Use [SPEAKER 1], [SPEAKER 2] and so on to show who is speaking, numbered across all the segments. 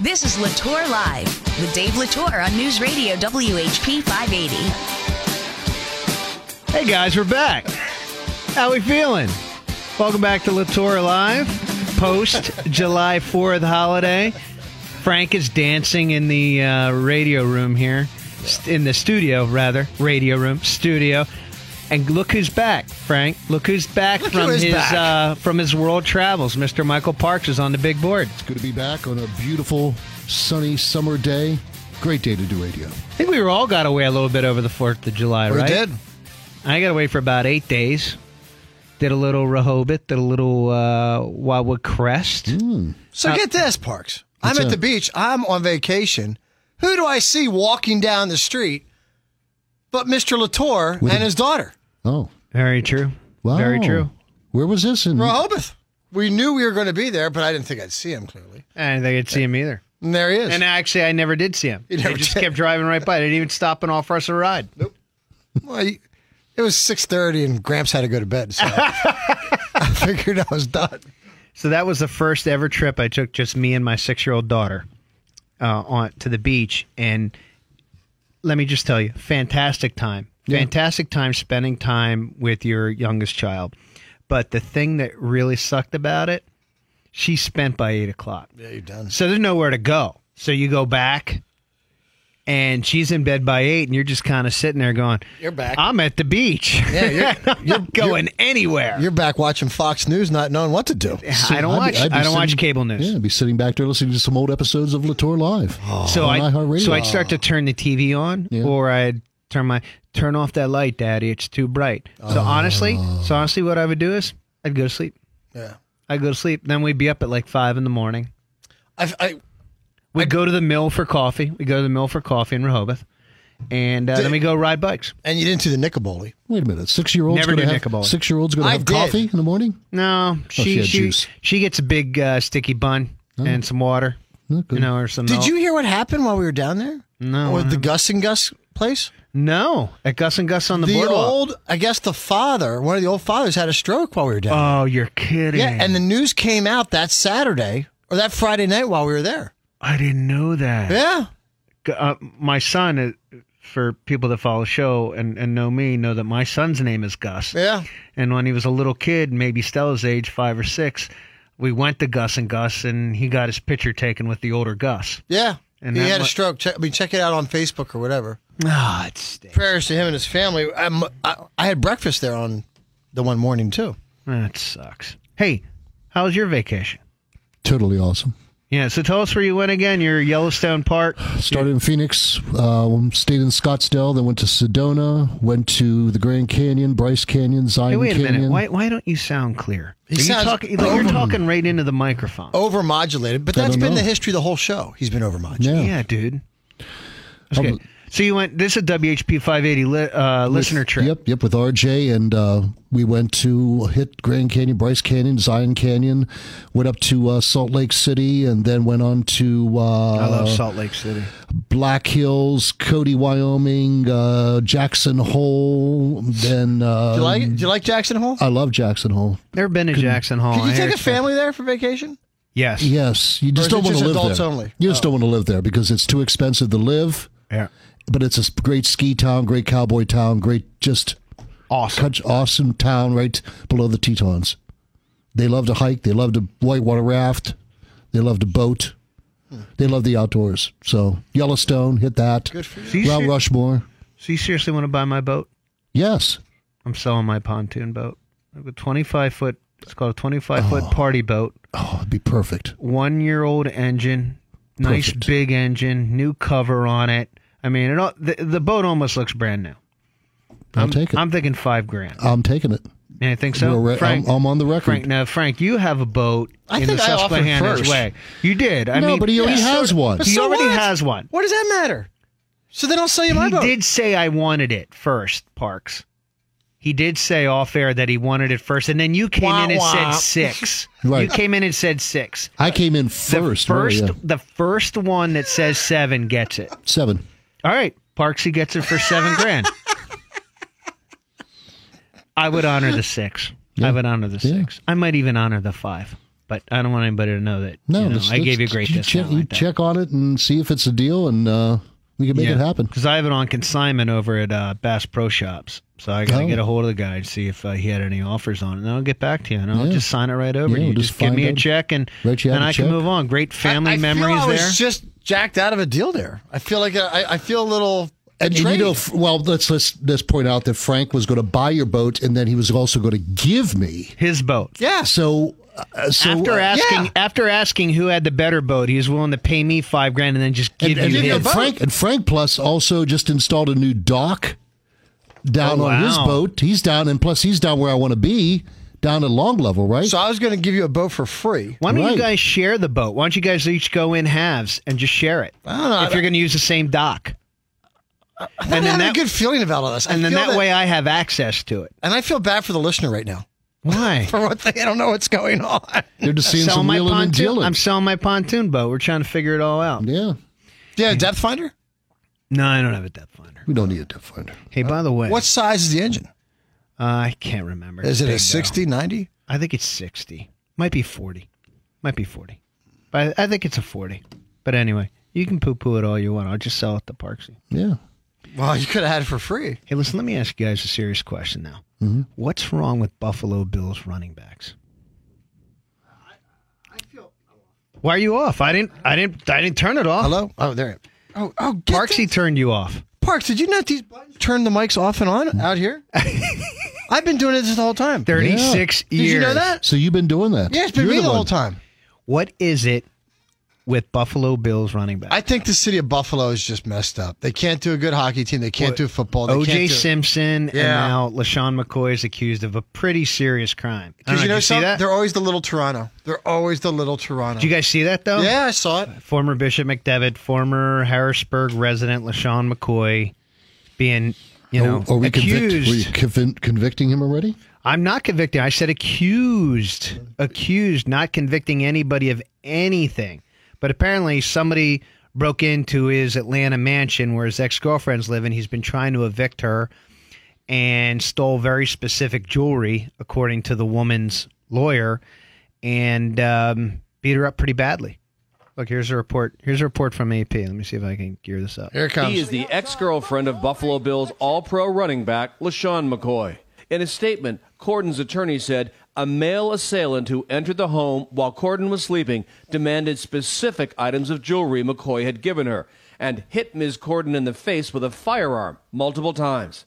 [SPEAKER 1] This is Latour Live with Dave Latour on News Radio WHP 580.
[SPEAKER 2] Hey guys, we're back. How we feeling? Welcome back to Latour Live, post July Fourth holiday. Frank is dancing in the uh, radio room here, st- in the studio rather, radio room studio. And look who's back, Frank. Look who's back
[SPEAKER 3] Look who
[SPEAKER 2] from
[SPEAKER 3] is
[SPEAKER 2] his
[SPEAKER 3] back.
[SPEAKER 2] Uh, from his world travels. Mr. Michael Parks is on the big board.
[SPEAKER 4] Good to be back on a beautiful, sunny summer day. Great day to do radio.
[SPEAKER 2] I think we were all got away a little bit over the Fourth of July, right? I got away for about eight days. Did a little Rehoboth, did a little uh, Wildwood Crest.
[SPEAKER 3] Mm. So get this, Parks. I'm
[SPEAKER 4] What's
[SPEAKER 3] at the
[SPEAKER 4] up?
[SPEAKER 3] beach. I'm on vacation. Who do I see walking down the street but Mr. Latour
[SPEAKER 4] With
[SPEAKER 3] and
[SPEAKER 4] a-
[SPEAKER 3] his daughter,
[SPEAKER 4] Oh,
[SPEAKER 2] Very true.
[SPEAKER 4] wow.
[SPEAKER 2] Very true.
[SPEAKER 4] Where was this? In
[SPEAKER 3] Rehoboth? We knew we were going to be there, but I didn't think I'd see him clearly.
[SPEAKER 2] I didn't think I'd see him either.
[SPEAKER 3] And there he is.
[SPEAKER 2] And actually, I never did see him.
[SPEAKER 3] You never
[SPEAKER 2] I just
[SPEAKER 3] did.
[SPEAKER 2] kept driving right by. I didn't even stop and offer us a ride.
[SPEAKER 3] Well, you- it was 6.30 and Gramps had to go to bed, so I figured I was done.
[SPEAKER 2] So that was the first ever trip I took, just me and my six-year-old daughter, uh, on to the beach. And let me just tell you, fantastic time, fantastic time spending time with your youngest child. But the thing that really sucked about it, she spent by eight o'clock.
[SPEAKER 3] Yeah, you're done.
[SPEAKER 2] So there's nowhere to go. So you go back, and she's in bed by eight, and you're just kind of sitting there going,
[SPEAKER 3] You're back.
[SPEAKER 2] I'm at the beach.
[SPEAKER 3] Yeah, you're-
[SPEAKER 2] I'm not going anywhere.
[SPEAKER 3] You're back watching Fox News not knowing what to do.
[SPEAKER 2] I don't
[SPEAKER 4] I'd
[SPEAKER 2] watch.
[SPEAKER 4] be- I'd be
[SPEAKER 2] I don't watch
[SPEAKER 4] sitting-
[SPEAKER 2] cable news. Oh.
[SPEAKER 4] Yeah, I'd be sitting back there listening to some old episodes of Latour Live.
[SPEAKER 2] so
[SPEAKER 4] on
[SPEAKER 2] I
[SPEAKER 4] iHeartRadio.
[SPEAKER 2] so I'd start to turn the TV on,
[SPEAKER 4] Yeah.
[SPEAKER 2] or I'd turn my turn off that light, Daddy. It's too bright. So honestly, so honestly, what I would do is I'd go to sleep.
[SPEAKER 3] Yeah.
[SPEAKER 2] I'd go to sleep. Then we'd be up at like five in the morning.
[SPEAKER 3] I, I,
[SPEAKER 2] We'd go to the mill for coffee. We go to the mill for coffee in Rehoboth, and uh, then we go ride bikes.
[SPEAKER 3] and you didn't do the Nicoboli.
[SPEAKER 4] Wait a minute. Six year olds
[SPEAKER 2] Never
[SPEAKER 4] going
[SPEAKER 2] do
[SPEAKER 4] to
[SPEAKER 2] Nickelback.
[SPEAKER 4] have six year olds going
[SPEAKER 3] I
[SPEAKER 4] to have
[SPEAKER 3] did.
[SPEAKER 4] coffee in the morning.
[SPEAKER 2] No,
[SPEAKER 4] Oh, she
[SPEAKER 2] she
[SPEAKER 4] had
[SPEAKER 2] she,
[SPEAKER 4] juice. Oh.
[SPEAKER 2] she, gets a big uh, sticky bun and some water,
[SPEAKER 4] Okay.
[SPEAKER 2] you know, or some.
[SPEAKER 3] Did
[SPEAKER 2] milk.
[SPEAKER 3] you hear what happened while we were down there?
[SPEAKER 2] No,
[SPEAKER 3] Or
[SPEAKER 2] I
[SPEAKER 3] the Gus and Gus place?
[SPEAKER 2] No, at Gus and Gus on the,
[SPEAKER 3] The
[SPEAKER 2] boardwalk.
[SPEAKER 3] old, I guess the father, one of the old fathers had a stroke while we were down there.
[SPEAKER 2] oh, you're kidding!
[SPEAKER 3] Yeah, and the news came out that Saturday or that Friday night while we were there.
[SPEAKER 2] I didn't know that.
[SPEAKER 3] Yeah.
[SPEAKER 2] uh, my son is, for people that follow the show and, and know me know that my son's name is gus
[SPEAKER 3] Yeah.
[SPEAKER 2] and when he was a little kid maybe stella's age five or six we went to gus and gus and he got his picture taken with the older gus
[SPEAKER 3] Yeah.
[SPEAKER 2] And
[SPEAKER 3] he
[SPEAKER 2] that
[SPEAKER 3] had a
[SPEAKER 2] mu-
[SPEAKER 3] stroke. Check, I mean, check it out on Facebook or whatever.
[SPEAKER 2] ah it stinks
[SPEAKER 3] Prayers to him and his family. I'm, I, I had breakfast there on the one morning, too.
[SPEAKER 2] that sucks hey how was your vacation
[SPEAKER 4] Totally awesome.
[SPEAKER 2] yeah so tell us where you went again your yellowstone park
[SPEAKER 4] Started in Phoenix, um, stayed in Scottsdale, then went to Sedona, went to the Grand Canyon, Bryce Canyon, Zion
[SPEAKER 2] hey wait a
[SPEAKER 4] Canyon.
[SPEAKER 2] minute why, why don't you sound clear
[SPEAKER 3] He
[SPEAKER 2] Are you
[SPEAKER 3] sounds-
[SPEAKER 2] talking, like, you're talking right into the microphone
[SPEAKER 3] Overmodulated, but that's
[SPEAKER 4] don't
[SPEAKER 3] been
[SPEAKER 4] know.
[SPEAKER 3] the history of the whole show. He's been overmodulated.
[SPEAKER 4] Yeah.
[SPEAKER 2] yeah dude That's
[SPEAKER 4] How
[SPEAKER 2] good. so you went this is WHP 580 li, uh, listener trip
[SPEAKER 4] Yep, yep, with RJ. And uh, we went to hit Grand Canyon, Bryce Canyon, Zion Canyon, went up to uh, Salt Lake City, and then went on to
[SPEAKER 2] I love
[SPEAKER 4] uh,
[SPEAKER 2] Salt Lake City.
[SPEAKER 4] Black Hills, Cody, Wyoming, uh, Jackson Hole. Then uh,
[SPEAKER 3] Do you like it? Do you like Jackson Hole?
[SPEAKER 4] I love Jackson Hole.
[SPEAKER 2] Never been to Jackson Hole.
[SPEAKER 3] Could
[SPEAKER 2] Oh, I
[SPEAKER 3] you
[SPEAKER 2] hear
[SPEAKER 3] take a
[SPEAKER 2] it's-
[SPEAKER 3] family there for vacation?
[SPEAKER 2] Yes.
[SPEAKER 4] Yes, you
[SPEAKER 3] is
[SPEAKER 4] just
[SPEAKER 3] it
[SPEAKER 4] don't want
[SPEAKER 3] just
[SPEAKER 4] to live
[SPEAKER 3] adults
[SPEAKER 4] there.
[SPEAKER 3] only? Oh.
[SPEAKER 4] You just don't want to live there because it's too expensive to live.
[SPEAKER 2] Yeah.
[SPEAKER 4] But it's a s- great ski town, great cowboy town, great just
[SPEAKER 2] Awesome.
[SPEAKER 4] such awesome town right below the Tetons. They love to hike. They love to whitewater raft. They love to boat. They love the outdoors. So Yellowstone, hit that. Good
[SPEAKER 3] for
[SPEAKER 2] So you,
[SPEAKER 4] Mount
[SPEAKER 2] ser-
[SPEAKER 4] Rushmore.
[SPEAKER 2] so you seriously want to buy my boat?
[SPEAKER 4] Yes.
[SPEAKER 2] I'm selling my pontoon boat. I have a 25 foot. It's called a 25 foot party boat.
[SPEAKER 4] Oh, it'd be perfect.
[SPEAKER 2] One year old engine. Nice
[SPEAKER 4] Perfect.
[SPEAKER 2] big engine. New cover on it. I mean, it all, the, the boat almost looks brand new.
[SPEAKER 4] I'll take it.
[SPEAKER 2] I'm thinking five grand.
[SPEAKER 4] I'm taking it.
[SPEAKER 2] And I think so.
[SPEAKER 4] We're re-
[SPEAKER 2] Frank,
[SPEAKER 4] I'm, I'm on the record.
[SPEAKER 2] Frank, now Frank, you have a boat
[SPEAKER 3] I
[SPEAKER 2] in
[SPEAKER 3] think
[SPEAKER 2] the
[SPEAKER 3] I offered
[SPEAKER 2] Susquehanna's
[SPEAKER 3] first.
[SPEAKER 2] way. You did. I
[SPEAKER 4] no,
[SPEAKER 2] mean,
[SPEAKER 4] but he already
[SPEAKER 2] yeah,
[SPEAKER 4] has
[SPEAKER 2] so-
[SPEAKER 4] one.
[SPEAKER 3] But
[SPEAKER 2] He
[SPEAKER 3] so
[SPEAKER 2] already
[SPEAKER 3] what?
[SPEAKER 2] has one.
[SPEAKER 3] What does that matter? So then I'll sell you my
[SPEAKER 2] he
[SPEAKER 3] boat.
[SPEAKER 2] did say I wanted it first, Parks. He did say off air that he wanted it first, and then you came
[SPEAKER 3] Wah,
[SPEAKER 2] in and
[SPEAKER 3] wah.
[SPEAKER 2] said six. You
[SPEAKER 4] Right.
[SPEAKER 2] came in and said six.
[SPEAKER 4] I came in
[SPEAKER 2] The
[SPEAKER 4] first. really,
[SPEAKER 2] first,
[SPEAKER 4] yeah.
[SPEAKER 2] the first one that says seven gets it.
[SPEAKER 4] Seven.
[SPEAKER 2] All right, Parksy gets it for seven grand. I would honor the six. I would honor the
[SPEAKER 4] Yeah.
[SPEAKER 2] six. I might even honor the five. but I don't want anybody to know that.
[SPEAKER 4] No,
[SPEAKER 2] you know,
[SPEAKER 4] let's-
[SPEAKER 2] I gave
[SPEAKER 4] let's-
[SPEAKER 2] you a great
[SPEAKER 4] you
[SPEAKER 2] discount.
[SPEAKER 4] Check, you check on it and see if it's a deal, and uh, we can make it happen.
[SPEAKER 2] Because I have it on consignment over at uh, Bass Pro Shops. So I got to
[SPEAKER 4] Oh.
[SPEAKER 2] get a hold of the guy and see if uh, he had any offers on it. And I'll get back to you. And I'll
[SPEAKER 4] Yeah.
[SPEAKER 2] just sign it right over
[SPEAKER 4] Yeah,
[SPEAKER 2] to you.
[SPEAKER 4] we'll
[SPEAKER 2] Just,
[SPEAKER 4] just
[SPEAKER 2] give me
[SPEAKER 4] find
[SPEAKER 2] a
[SPEAKER 4] out.
[SPEAKER 2] check and,
[SPEAKER 4] Write you out
[SPEAKER 2] and
[SPEAKER 4] a
[SPEAKER 2] I can
[SPEAKER 4] check.
[SPEAKER 2] move on. Great family
[SPEAKER 3] I, I
[SPEAKER 2] memories
[SPEAKER 3] feel I was
[SPEAKER 2] there.
[SPEAKER 3] just jacked out of a deal there. I feel like I, I feel a little
[SPEAKER 4] And, and you
[SPEAKER 3] betrayed.
[SPEAKER 4] know, f- well, let's let's let's point out that Frank was going to buy your boat, and then he was also going to give me.
[SPEAKER 2] His boat.
[SPEAKER 3] yeah.
[SPEAKER 4] So, uh, so
[SPEAKER 2] After
[SPEAKER 4] uh,
[SPEAKER 2] asking,
[SPEAKER 3] yeah.
[SPEAKER 2] after asking who had the better boat, he was willing to pay me five grand and then just give
[SPEAKER 4] and, and,
[SPEAKER 2] you
[SPEAKER 4] and,
[SPEAKER 3] your
[SPEAKER 2] his.
[SPEAKER 3] boat.
[SPEAKER 4] Frank and Frank Plus also just installed a new dock down
[SPEAKER 2] Oh,
[SPEAKER 4] on his
[SPEAKER 2] wow.
[SPEAKER 4] boat. He's down, and plus he's down where I want to be, down at Long Level, right?
[SPEAKER 3] So I was going to give you a boat for free.
[SPEAKER 2] Why don't you
[SPEAKER 4] Right.
[SPEAKER 2] guys share the boat? Why don't you guys each go in halves and just share it?
[SPEAKER 3] I don't know.
[SPEAKER 2] if you're going to use the same dock,
[SPEAKER 3] I
[SPEAKER 2] and
[SPEAKER 3] don't
[SPEAKER 2] then
[SPEAKER 3] have
[SPEAKER 2] that,
[SPEAKER 3] a good feeling about all this. I
[SPEAKER 2] and then
[SPEAKER 3] feel
[SPEAKER 2] that, way I have access to it.
[SPEAKER 3] and I feel bad for the listener right now
[SPEAKER 2] Why?
[SPEAKER 3] for what they I don't know what's going on.
[SPEAKER 4] They're just seeing
[SPEAKER 2] Selling
[SPEAKER 4] some
[SPEAKER 2] my
[SPEAKER 4] wheeling and
[SPEAKER 2] pontoon.
[SPEAKER 4] dealing.
[SPEAKER 2] I'm selling my pontoon boat. We're trying to figure it all out.
[SPEAKER 4] yeah,
[SPEAKER 3] Yeah, depth finder.
[SPEAKER 2] No, I don't have a depth finder.
[SPEAKER 4] we don't need a depth finder.
[SPEAKER 2] Hey, by the way,
[SPEAKER 3] What size is the engine?
[SPEAKER 2] uh, I can't remember.
[SPEAKER 3] Is it
[SPEAKER 2] Big
[SPEAKER 3] a
[SPEAKER 2] though.
[SPEAKER 3] 60, 90?
[SPEAKER 2] I think it's sixty. Might be forty. Might be forty. But I, I think it's a forty. But anyway, you can poo-poo it all you want. I'll just sell it to Parksy.
[SPEAKER 4] Yeah.
[SPEAKER 3] Well, you could have had it for free.
[SPEAKER 2] Hey, listen. Let me ask you guys a serious question now.
[SPEAKER 3] Mm-hmm.
[SPEAKER 2] What's wrong with Buffalo Bills running backs? Why are you off? I didn't. I didn't. I didn't turn it off.
[SPEAKER 3] Hello? Oh, there. it- Oh, oh, get
[SPEAKER 2] Parksy turned you off.
[SPEAKER 3] that- Parks, did you know these buttons turn the mics off and on out here? I've been doing it this the whole time.
[SPEAKER 2] Thirty-six
[SPEAKER 3] Did
[SPEAKER 2] years.
[SPEAKER 3] you know that?
[SPEAKER 4] So you've been doing that?
[SPEAKER 3] Yeah, it's been
[SPEAKER 4] You're
[SPEAKER 3] me the,
[SPEAKER 4] one.
[SPEAKER 3] whole time.
[SPEAKER 2] What is it with Buffalo Bills running back?
[SPEAKER 3] I think the city of Buffalo is just messed up. They can't do a good hockey team. They can't do football. They
[SPEAKER 2] OJ
[SPEAKER 3] can't do-
[SPEAKER 2] Simpson and
[SPEAKER 3] Yeah.
[SPEAKER 2] now LaShawn McCoy is accused of a pretty serious crime. I don't
[SPEAKER 3] Because you
[SPEAKER 2] did
[SPEAKER 3] know
[SPEAKER 2] you see
[SPEAKER 3] something?
[SPEAKER 2] that?
[SPEAKER 3] They're always the little Toronto. They're always the little Toronto.
[SPEAKER 2] Did you guys see that though?
[SPEAKER 3] yeah, I saw it.
[SPEAKER 2] Former Bishop McDevitt, former Harrisburg resident LaShawn McCoy being, you know,
[SPEAKER 4] Are, are we convict,
[SPEAKER 2] accused.
[SPEAKER 4] were you convin- convicting him already?
[SPEAKER 2] I'm not convicting. I said accused. Accused, not convicting anybody of anything. But apparently, somebody broke into his Atlanta mansion where his ex girlfriend's living. He's been trying to evict her and stole very specific jewelry, according to the woman's lawyer, and um, beat her up pretty badly. Look, here's a report. Here's a report from AP. Let me see if I can gear this up.
[SPEAKER 3] Here it
[SPEAKER 5] He
[SPEAKER 3] comes.
[SPEAKER 5] is the ex girlfriend of Buffalo Bills All Pro running back LaShawn McCoy. In a statement, Corden's attorney said a male assailant who entered the home while Corden was sleeping demanded specific items of jewelry McCoy had given her and hit Ms. Corden in the face with a firearm multiple times.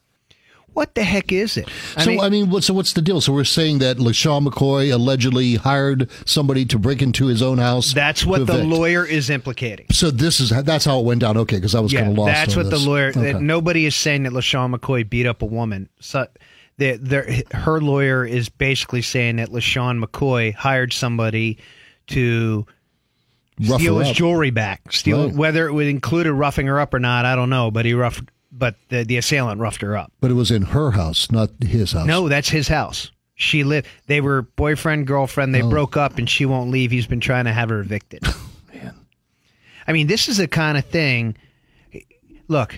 [SPEAKER 2] What the heck is it?
[SPEAKER 4] so I mean, what, so what's the deal? So we're saying that LaShawn McCoy allegedly hired somebody to break into his own house.
[SPEAKER 2] that's
[SPEAKER 4] to
[SPEAKER 2] what the
[SPEAKER 4] evict.
[SPEAKER 2] lawyer is implicating.
[SPEAKER 4] So this is that's how it went down. Okay, because I was
[SPEAKER 2] Yeah,
[SPEAKER 4] kind of lost.
[SPEAKER 2] that's
[SPEAKER 4] on
[SPEAKER 2] what
[SPEAKER 4] this.
[SPEAKER 2] the lawyer.
[SPEAKER 4] Okay.
[SPEAKER 2] That nobody is saying that LaShawn McCoy beat up a woman. So, that there- her lawyer is basically saying that LaShawn McCoy hired somebody to
[SPEAKER 4] Rough
[SPEAKER 2] steal
[SPEAKER 4] her
[SPEAKER 2] his
[SPEAKER 4] up.
[SPEAKER 2] jewelry back. Steal
[SPEAKER 4] Right.
[SPEAKER 2] whether it would include a roughing her up or not, I don't know. But he roughed, but the, the assailant roughed her up.
[SPEAKER 4] but it was in her house, not his house.
[SPEAKER 2] No, that's his house. She lived. They were boyfriend girlfriend. They broke up, and she won't leave. He's been trying to have her evicted. Man, I mean, this is the kind of thing. Look,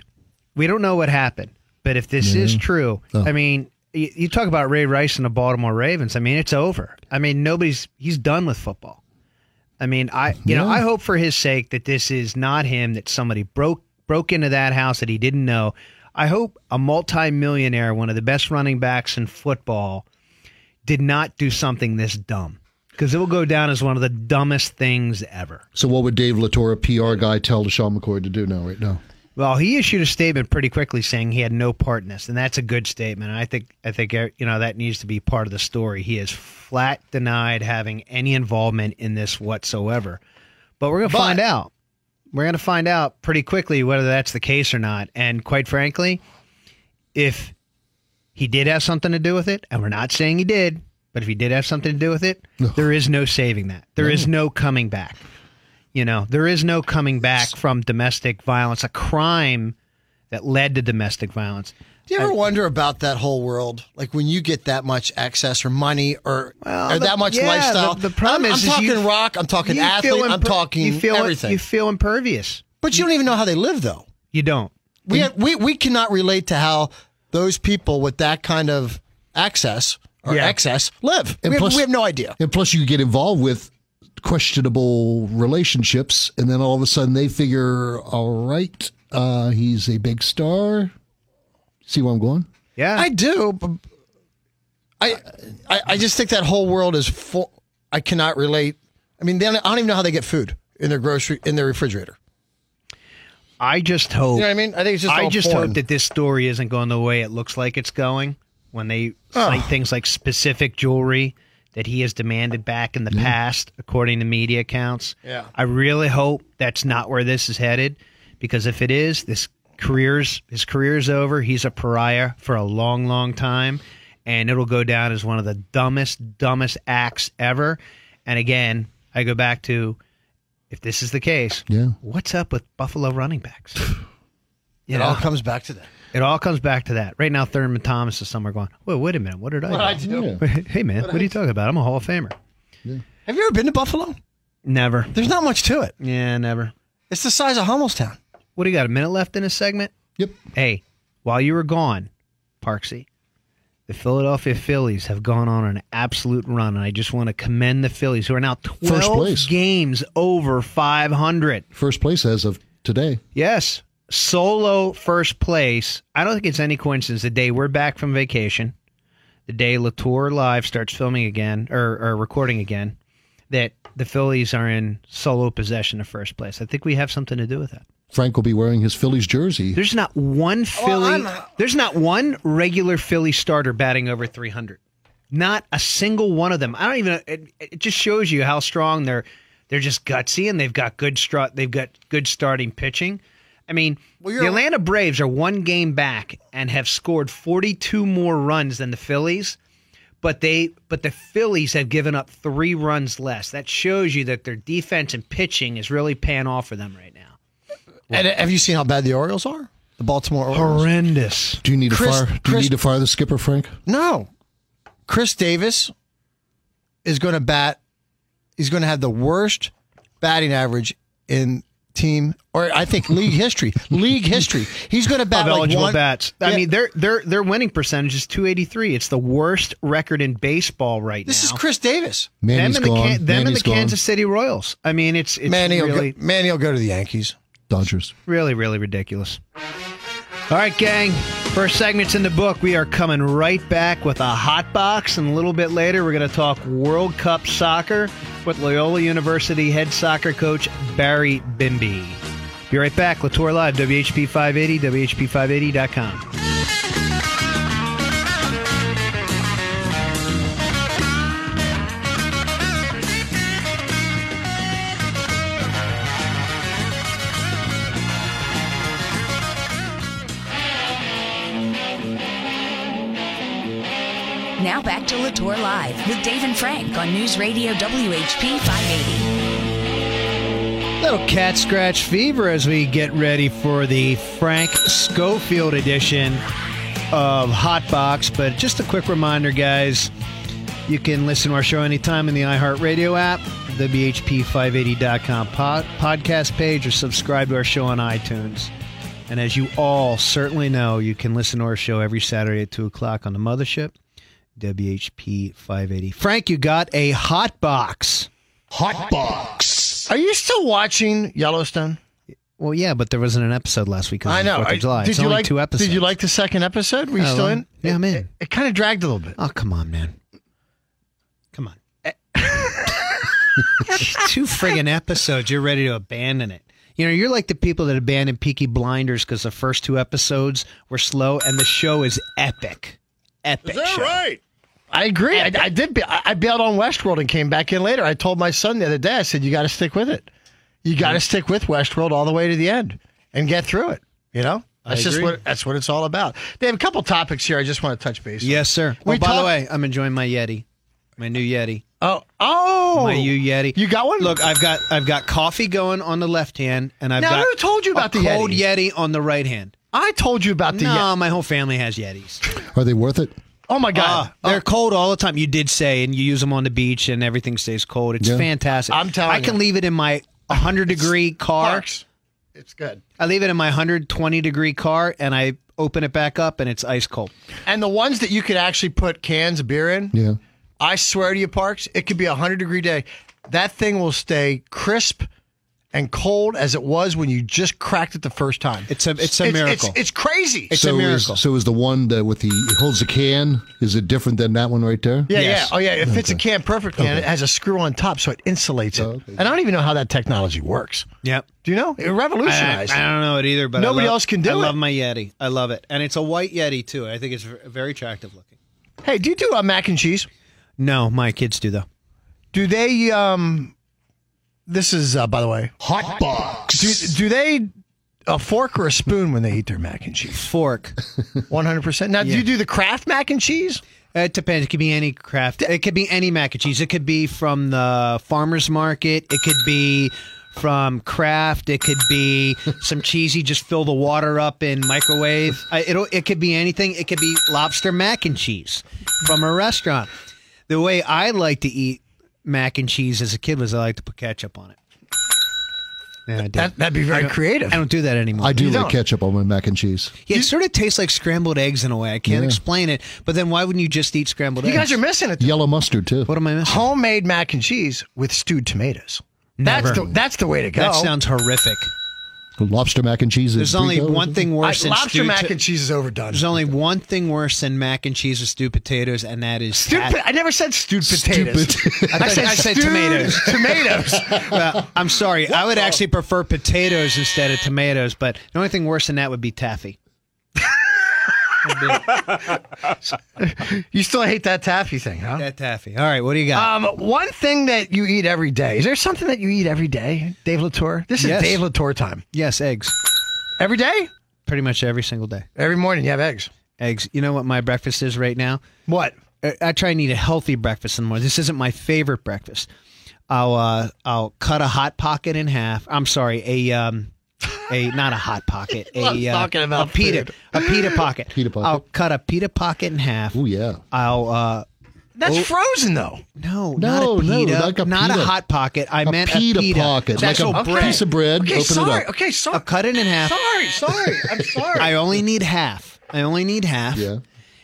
[SPEAKER 2] we don't know what happened, but if this is true, I mean, you, you talk about Ray Rice and the Baltimore Ravens. I mean, it's over. I mean, nobody's. He's done with football. I mean, I you know,
[SPEAKER 4] Yeah.
[SPEAKER 2] I hope for his sake that this is not him that somebody broke broke into that house that he didn't know. I hope a multimillionaire, one of the best running backs in football, did not do something this dumb because it will go down as one of the dumbest things ever.
[SPEAKER 4] So what would Dave Latora, PR guy, tell LaShawn McCoy to do now? Right now,
[SPEAKER 2] Well, he issued a statement pretty quickly saying he had no part in this, and that's a good statement. And I think I think uh, you know that needs to be part of the story. He is flat denied having any involvement in this whatsoever. But we're gonna find out. We're gonna find out pretty quickly whether that's the case or not. And quite frankly, if he did have something to do with it, and we're not saying he did, but if he did have something to do with it, there is no saving that. There is no coming back. You know, there is no coming back from domestic violence, a crime that led to domestic violence.
[SPEAKER 3] Do you ever wonder about that whole world? Like when you get that much access or money or,
[SPEAKER 2] Well,
[SPEAKER 3] or
[SPEAKER 2] the-
[SPEAKER 3] that much
[SPEAKER 2] yeah,
[SPEAKER 3] lifestyle.
[SPEAKER 2] the- the problem
[SPEAKER 3] I'm,
[SPEAKER 2] is- is
[SPEAKER 3] I'm talking
[SPEAKER 2] you-
[SPEAKER 3] rock. I'm talking
[SPEAKER 2] You
[SPEAKER 3] athlete.
[SPEAKER 2] feel
[SPEAKER 3] I'm
[SPEAKER 2] imper-
[SPEAKER 3] talking
[SPEAKER 2] you feel,
[SPEAKER 3] everything.
[SPEAKER 2] You feel impervious.
[SPEAKER 3] but you don't even know how they live, though.
[SPEAKER 2] You don't.
[SPEAKER 3] We, we we cannot relate to how those people with that kind of access or
[SPEAKER 2] Yeah.
[SPEAKER 3] excess live. We have,
[SPEAKER 4] plus-
[SPEAKER 3] we have no idea.
[SPEAKER 4] and plus you get involved with questionable relationships, and then all of a sudden they figure, all right, uh, he's a big star. See where I'm going?
[SPEAKER 2] Yeah.
[SPEAKER 3] I do. But I, I I just think that whole world is full. I cannot relate. I mean, they don't, I don't even know how they get food in their grocery in their refrigerator.
[SPEAKER 2] I just hope.
[SPEAKER 3] You know what I mean? I think it's just.
[SPEAKER 2] I
[SPEAKER 3] all
[SPEAKER 2] just
[SPEAKER 3] foreign.
[SPEAKER 2] hope that this story isn't going the way it looks like it's going when they
[SPEAKER 3] Oh.
[SPEAKER 2] cite things like specific jewelry that he has demanded back in the past, according to media accounts.
[SPEAKER 3] Yeah.
[SPEAKER 2] I really hope that's not where this is headed, because if it is, this career's his career's over. He's a pariah for a long, long time, and it'll go down as one of the dumbest, dumbest acts ever. And again, I go back to if this is the case,
[SPEAKER 4] Yeah.
[SPEAKER 2] what's up with Buffalo running backs? You
[SPEAKER 3] it
[SPEAKER 2] know,
[SPEAKER 3] all comes back to that.
[SPEAKER 2] it all comes back to that. Right now, Thurman Thomas is somewhere going, well, wait a minute, what did I do? hey, man, what, are you talking about? I'm a Hall of Famer.
[SPEAKER 3] Have you ever been to Buffalo?
[SPEAKER 2] Never.
[SPEAKER 3] There's not much to it.
[SPEAKER 2] Yeah, never.
[SPEAKER 3] It's the size of Hummelstown.
[SPEAKER 2] What do you got, a minute left in this segment?
[SPEAKER 4] Yep.
[SPEAKER 2] Hey, while you were gone, Parksy, the Philadelphia Phillies have gone on an absolute run, and I just want to commend the Phillies, who are now
[SPEAKER 4] First
[SPEAKER 2] 12
[SPEAKER 4] place.
[SPEAKER 2] games over 500.
[SPEAKER 4] First place as of today.
[SPEAKER 2] Yes. Solo first place. I don't think it's any coincidence. The day we're back from vacation, the day Latour Live starts filming again or, or recording again, that the Phillies are in solo possession of first place. I think we have something to do with that.
[SPEAKER 4] Frank will be wearing his Phillies jersey.
[SPEAKER 2] There's not one Philly.
[SPEAKER 3] I'm-
[SPEAKER 2] there's not one regular Philly starter batting over 300. Not a single one of them. I don't even. It, it just shows you how strong they're. They're just gutsy, and they've got good strut. They've got good starting pitching. I mean, the Atlanta Braves are one game back and have scored 42 more runs than the Phillies, but they but the Phillies have given up three runs less. That shows you that their defense and pitching is really paying off for them right now.
[SPEAKER 3] And uh, have you seen how bad the Orioles are? The Baltimore Orioles.
[SPEAKER 2] Horrendous.
[SPEAKER 4] Do you need to
[SPEAKER 3] Chris-
[SPEAKER 4] fire? Do you
[SPEAKER 3] Chris-
[SPEAKER 4] need to fire the skipper, Frank?
[SPEAKER 3] No. Chris Davis is going to bat. He's going to have the worst batting average in team or I think league history. League history. He's going to bat
[SPEAKER 2] of
[SPEAKER 3] like
[SPEAKER 2] eligible
[SPEAKER 3] one,
[SPEAKER 2] bats. I
[SPEAKER 3] Yeah.
[SPEAKER 2] mean, their their their winning percentage is 283. It's the worst record in baseball right
[SPEAKER 3] This
[SPEAKER 2] now.
[SPEAKER 3] is Chris Davis.
[SPEAKER 2] Them
[SPEAKER 4] Manny's
[SPEAKER 2] and the,
[SPEAKER 4] gone.
[SPEAKER 2] Can- them and
[SPEAKER 4] Manny's
[SPEAKER 2] the
[SPEAKER 4] gone.
[SPEAKER 2] Kansas City Royals. I mean, it's it's
[SPEAKER 3] Manny
[SPEAKER 2] really
[SPEAKER 3] will go, Manny will go to the Yankees.
[SPEAKER 4] Dodgers.
[SPEAKER 2] really really ridiculous. All right, gang. First segment's in the book. We are coming right back with a hot box, and a little bit later, we're going to talk World Cup soccer with Loyola University head soccer coach Barry Bimby. Be right back. Latour Live, WHP 580, WHP580.com.
[SPEAKER 1] Now back to Latour Live with Dave and Frank on News Radio WHP 580.
[SPEAKER 2] Little cat scratch fever as we get ready for the Frank Schofield edition of Hot Box. But just a quick reminder, guys, you can listen to our show anytime in the iHeartRadio app, the BHP580.com pod- podcast page, or subscribe to our show on iTunes. And as you all certainly know, you can listen to our show every Saturday at 2 o'clock on the mothership, WHP 580. Frank, you got a hot box.
[SPEAKER 3] Hot box. Are you still watching Yellowstone?
[SPEAKER 2] Well, yeah, but there wasn't an episode last week. 'cause
[SPEAKER 3] I
[SPEAKER 2] of
[SPEAKER 3] know.
[SPEAKER 2] Fourth of
[SPEAKER 3] I-
[SPEAKER 2] July.
[SPEAKER 3] Did
[SPEAKER 2] It's
[SPEAKER 3] you
[SPEAKER 2] only
[SPEAKER 3] like
[SPEAKER 2] two episodes?
[SPEAKER 3] Did you like the second episode? Were you
[SPEAKER 2] Oh,
[SPEAKER 3] still
[SPEAKER 2] well,
[SPEAKER 3] in?
[SPEAKER 2] yeah, I'm in.
[SPEAKER 3] It, it kind of dragged a little bit.
[SPEAKER 2] Oh, come on, man. Come on. two friggin' episodes. You're ready to abandon it. You know, you're like the people that abandoned Peaky Blinders because the first two episodes were slow, and the show is epic. Epic. show.
[SPEAKER 3] I agree. I, I did. Be, I I bailed on Westworld and came back in later. I told my son the other day. I said, "You got to stick with it. You got to stick with Westworld all the way to the end and get through it." You know, that's just
[SPEAKER 2] agree.
[SPEAKER 3] what that's what it's all about. They have a couple topics here. I just want to touch base. on.
[SPEAKER 2] Yes, sir.
[SPEAKER 3] We
[SPEAKER 2] oh, by the
[SPEAKER 3] talk-
[SPEAKER 2] way, I'm enjoying my Yeti, my new Yeti.
[SPEAKER 3] Oh, oh,
[SPEAKER 2] my new Yeti.
[SPEAKER 3] You got one?
[SPEAKER 2] Look, I've got I've got coffee going on the left hand, and I've
[SPEAKER 3] Now,
[SPEAKER 2] got
[SPEAKER 3] who told you about
[SPEAKER 2] a
[SPEAKER 3] the
[SPEAKER 2] cold
[SPEAKER 3] Yetis?
[SPEAKER 2] Yeti on the right hand.
[SPEAKER 3] I told you about the.
[SPEAKER 2] no,
[SPEAKER 3] Ye-
[SPEAKER 2] my whole family has Yetis.
[SPEAKER 4] Are they worth it?
[SPEAKER 3] oh my God!
[SPEAKER 2] Ah, they're cold all the time. You did say, and you use them on the beach, and everything stays cold. It's
[SPEAKER 4] Yeah.
[SPEAKER 2] fantastic.
[SPEAKER 3] I'm telling
[SPEAKER 2] I can
[SPEAKER 3] you.
[SPEAKER 2] leave it in my 100 degree car.
[SPEAKER 3] Oh, Parks. It's good.
[SPEAKER 2] I leave it in my 120 degree car, and I open it back up, and it's ice cold.
[SPEAKER 3] And the ones that you could actually put cans of beer in.
[SPEAKER 4] Yeah.
[SPEAKER 3] I swear to you, Parks, it could be a hundred degree day. that thing will stay crisp and cold as it was when you just cracked it the first time.
[SPEAKER 2] It's a- it's a miracle.
[SPEAKER 3] It's, it's crazy.
[SPEAKER 2] It's
[SPEAKER 4] so
[SPEAKER 2] a miracle.
[SPEAKER 4] Is, so is the one that with the it holds the can? Is it different than that one right there?
[SPEAKER 3] yeah,
[SPEAKER 2] yes.
[SPEAKER 3] yeah. Oh, yeah. It fits a can perfectly, and it has a screw on top, so it insulates it. And I don't even know how that technology works.
[SPEAKER 6] Yep.
[SPEAKER 3] Do you know? It
[SPEAKER 6] I,
[SPEAKER 3] revolutionized.
[SPEAKER 2] Uh,
[SPEAKER 6] I don't know it either, but I
[SPEAKER 3] Nobody
[SPEAKER 6] love-
[SPEAKER 3] else can do
[SPEAKER 6] I
[SPEAKER 3] it.
[SPEAKER 6] love my Yeti.
[SPEAKER 2] Yeti. I love it, and it's a white Yeti too. I think it's v- very attractive looking.
[SPEAKER 3] hey, do you do uh, mac and cheese?
[SPEAKER 6] No, my kids do though.
[SPEAKER 3] Do they? um This is, uh, by the way, hot box. Do, do they a fork or a spoon when they eat their mac and cheese?
[SPEAKER 2] Fork.
[SPEAKER 3] One hundred percent. Now, do you do the craft mac and cheese?
[SPEAKER 2] It depends. It could be any craft. It could be any mac and cheese. It could be from the farmer's market. It could be from Kraft. It could be some cheesy. Just fill the water up in microwave. I, it'll. It could be anything. It could be lobster mac and cheese from a restaurant. The way I like to eat mac and cheese as a kid was I like to put ketchup on it. Yeah, I did.
[SPEAKER 3] That, that'd be very creative.
[SPEAKER 2] I don't do that anymore.
[SPEAKER 4] I do
[SPEAKER 3] You
[SPEAKER 4] like
[SPEAKER 3] don't.
[SPEAKER 4] ketchup on my mac and cheese.
[SPEAKER 2] Yeah, it sort of tastes like scrambled eggs in a way. I can't explain it. But then why wouldn't you just eat scrambled
[SPEAKER 3] You
[SPEAKER 2] eggs?
[SPEAKER 3] guys are missing it.
[SPEAKER 4] Yellow mustard too.
[SPEAKER 2] What am I missing?
[SPEAKER 3] Homemade mac and cheese with stewed tomatoes. That's the that's the way to go.
[SPEAKER 2] That sounds horrific.
[SPEAKER 4] Lobster mac and cheese. is
[SPEAKER 2] There's only
[SPEAKER 4] Rico,
[SPEAKER 2] one
[SPEAKER 4] isn't it?
[SPEAKER 2] thing
[SPEAKER 3] I,
[SPEAKER 2] worse than
[SPEAKER 3] lobster
[SPEAKER 2] stewed
[SPEAKER 3] mac
[SPEAKER 2] to-
[SPEAKER 3] and cheese is overdone.
[SPEAKER 2] There's only one thing worse than mac and cheese with stewed potatoes, and that is
[SPEAKER 3] Stewed
[SPEAKER 2] tat-
[SPEAKER 3] po- I never said stewed potatoes. I, said,
[SPEAKER 2] I said
[SPEAKER 3] stewed
[SPEAKER 2] tomatoes.
[SPEAKER 3] Tomatoes.
[SPEAKER 2] Well, I'm sorry. I would actually prefer potatoes instead of tomatoes, but the only thing worse than that would be taffy.
[SPEAKER 3] you still hate that taffy thing, huh?
[SPEAKER 2] That taffy. All right, what do you got?
[SPEAKER 3] Um, one thing that you eat every day. Is there something that you eat every day, Dave Latour? This is
[SPEAKER 2] Yes.
[SPEAKER 3] Dave Latour time.
[SPEAKER 2] yes, eggs.
[SPEAKER 3] Every day,
[SPEAKER 2] Pretty much every single day.
[SPEAKER 3] every morning you have eggs.
[SPEAKER 2] Eggs. You know what my breakfast is right now?
[SPEAKER 3] What?
[SPEAKER 2] I- I try and eat a healthy breakfast in the morning. This isn't my favorite breakfast. I'll uh, I'll cut a hot pocket in half. I'm sorry, a um, a not a hot pocket. a
[SPEAKER 3] Loves
[SPEAKER 2] uh,
[SPEAKER 3] talking about
[SPEAKER 2] a pita
[SPEAKER 3] food.
[SPEAKER 2] a pita pocket.
[SPEAKER 4] Pita pocket.
[SPEAKER 2] I'll cut a pita pocket in half.
[SPEAKER 4] Oh yeah.
[SPEAKER 2] I'll uh,
[SPEAKER 3] That's frozen though.
[SPEAKER 2] no,
[SPEAKER 4] No,
[SPEAKER 2] not a
[SPEAKER 4] no,
[SPEAKER 2] pita,
[SPEAKER 4] like a
[SPEAKER 2] not a
[SPEAKER 4] pita.
[SPEAKER 2] hot pocket. I
[SPEAKER 4] A
[SPEAKER 2] meant
[SPEAKER 4] pita
[SPEAKER 2] a pita
[SPEAKER 4] pocket, like
[SPEAKER 2] Special
[SPEAKER 4] a
[SPEAKER 2] bread.
[SPEAKER 4] piece of bread.
[SPEAKER 3] Okay,
[SPEAKER 4] open
[SPEAKER 3] sorry.
[SPEAKER 4] it up.
[SPEAKER 3] Okay, sorry.
[SPEAKER 2] I'll cut it in half.
[SPEAKER 3] Sorry, sorry. I'm sorry.
[SPEAKER 2] I only need half. I only need half.
[SPEAKER 4] Yeah.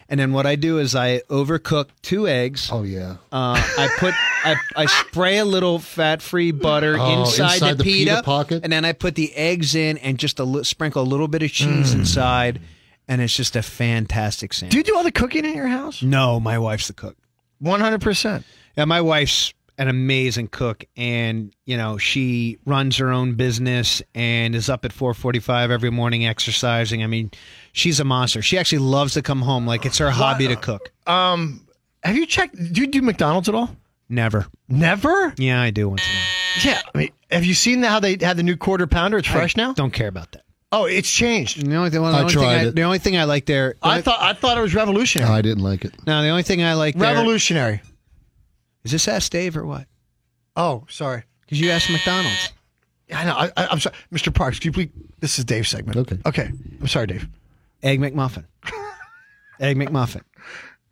[SPEAKER 2] And then what I do is I overcook two eggs.
[SPEAKER 4] Oh yeah.
[SPEAKER 2] Uh, I put I, I spray a little fat-free butter
[SPEAKER 4] Oh,
[SPEAKER 2] inside,
[SPEAKER 4] inside
[SPEAKER 2] the
[SPEAKER 4] the
[SPEAKER 2] pita,
[SPEAKER 4] pita pocket?
[SPEAKER 2] and then I put the eggs in and just a li- sprinkle a little bit of cheese
[SPEAKER 4] Mm.
[SPEAKER 2] inside, and it's just a fantastic sandwich.
[SPEAKER 3] do you do all the cooking in your house?
[SPEAKER 2] no, my wife's the cook.
[SPEAKER 3] One hundred percent.
[SPEAKER 2] Yeah, my wife's an amazing cook, and you know she runs her own business and is up at four forty-five every morning exercising. I mean, she's a monster. She actually loves to come home like it's her hobby to cook.
[SPEAKER 3] Have you checked? Do you do McDonald's at all?
[SPEAKER 2] Never.
[SPEAKER 3] Never.
[SPEAKER 2] Yeah, I do once in a while.
[SPEAKER 3] Yeah. I mean, have you seen how they had the new quarter pounder? It's fresh now.
[SPEAKER 2] Don't care about that.
[SPEAKER 3] Oh, it's changed.
[SPEAKER 2] The only thing, well, the
[SPEAKER 4] I
[SPEAKER 2] only thing
[SPEAKER 4] tried
[SPEAKER 2] I,
[SPEAKER 4] it.
[SPEAKER 2] the only thing I like there, the
[SPEAKER 3] I
[SPEAKER 2] only-
[SPEAKER 3] thought I thought it was revolutionary.
[SPEAKER 4] I didn't like it.
[SPEAKER 2] no, the only thing I like there is
[SPEAKER 3] revolutionary.
[SPEAKER 2] this ass Dave or what?
[SPEAKER 3] Oh, sorry.
[SPEAKER 2] Because you asked McDonald's.
[SPEAKER 3] I know. I, I, I'm sorry, Mr. Parks. Do you please? This is Dave's segment.
[SPEAKER 4] Okay.
[SPEAKER 3] Okay. I'm sorry, Dave.
[SPEAKER 2] Egg McMuffin. Egg McMuffin.